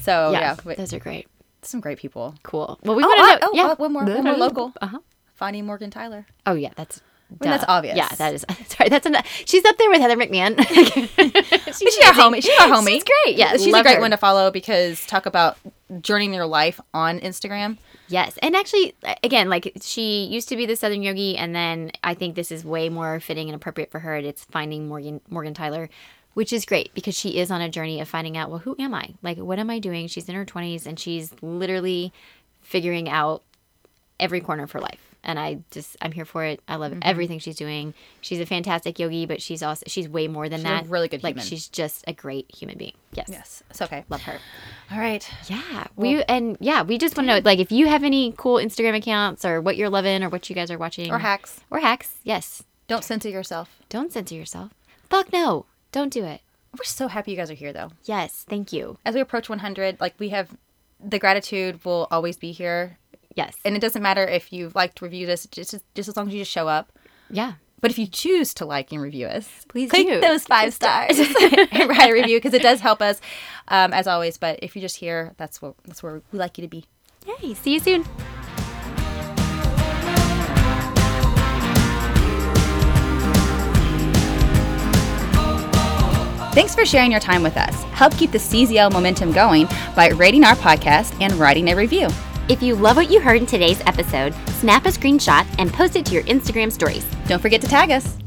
Speaker 1: So Oh, yeah,
Speaker 2: yeah.
Speaker 1: but
Speaker 2: Those are great.
Speaker 1: some great people.
Speaker 2: Cool. Well we
Speaker 1: Oh,
Speaker 2: want
Speaker 1: oh,
Speaker 2: to know. uh, yeah.
Speaker 1: oh, one more- one more local.
Speaker 2: Uh-huh.
Speaker 1: Finding Morgan Tyler.
Speaker 2: Oh yeah, that's
Speaker 1: mean, that's
Speaker 2: duh.
Speaker 1: obvious.
Speaker 2: Yeah, that is. [laughs] Sorry, that's an, she's up there with Heather McMahon.
Speaker 1: [laughs] She's our homie. She's our homie.
Speaker 2: [laughs] She's great. Yeah,
Speaker 1: she's a
Speaker 2: love
Speaker 1: great
Speaker 2: her.
Speaker 1: one to follow because talk about journeying your life on Instagram.
Speaker 2: Yes, and actually, again, like she used to be the Southern Yogi, and then I think this is way more fitting and appropriate for her. and It's finding Morgan Morgan Tyler, which is great because she is on a journey of finding out, well, who am I? Like, what am I doing? She's in her twenties, and she's literally figuring out every corner of her life. And I just, I'm here for it. I
Speaker 1: Mm-hmm.
Speaker 2: love everything she's doing. She's a fantastic yogi, but she's also she's way more than
Speaker 1: a
Speaker 2: that.
Speaker 1: really good
Speaker 2: like
Speaker 1: human.
Speaker 2: she's just a great human being. Yes,
Speaker 1: Yes, it's okay.
Speaker 2: love her.
Speaker 1: All right.
Speaker 2: Yeah, we and yeah, we just want to know like if you have any cool Instagram accounts or what you're loving or what you guys are watching
Speaker 1: Or hacks.
Speaker 2: or hacks. Yes,
Speaker 1: Don't censor yourself.
Speaker 2: don't censor yourself. Fuck no, don't do it.
Speaker 1: We're so happy you guys are here though.
Speaker 2: Yes, thank you.
Speaker 1: As we approach 100, like we have, the gratitude will always be here,
Speaker 2: Yes,
Speaker 1: and it doesn't matter if you've liked, reviewed us, just just as long as you just show up.
Speaker 2: yeah,
Speaker 1: But if you choose to like and review us,
Speaker 2: Please
Speaker 1: click
Speaker 2: do.
Speaker 1: those five stars [laughs] and write a review because it does help us, um, as always. But if you're just here, that's what that's where we like you to be.
Speaker 2: yay! See you soon.
Speaker 1: Thanks for sharing your time with us. Help keep the CZL momentum going by rating our podcast and writing a review.
Speaker 2: If you love what you heard in today's episode, snap a screenshot and post it to your Instagram stories.
Speaker 1: Don't forget to tag us.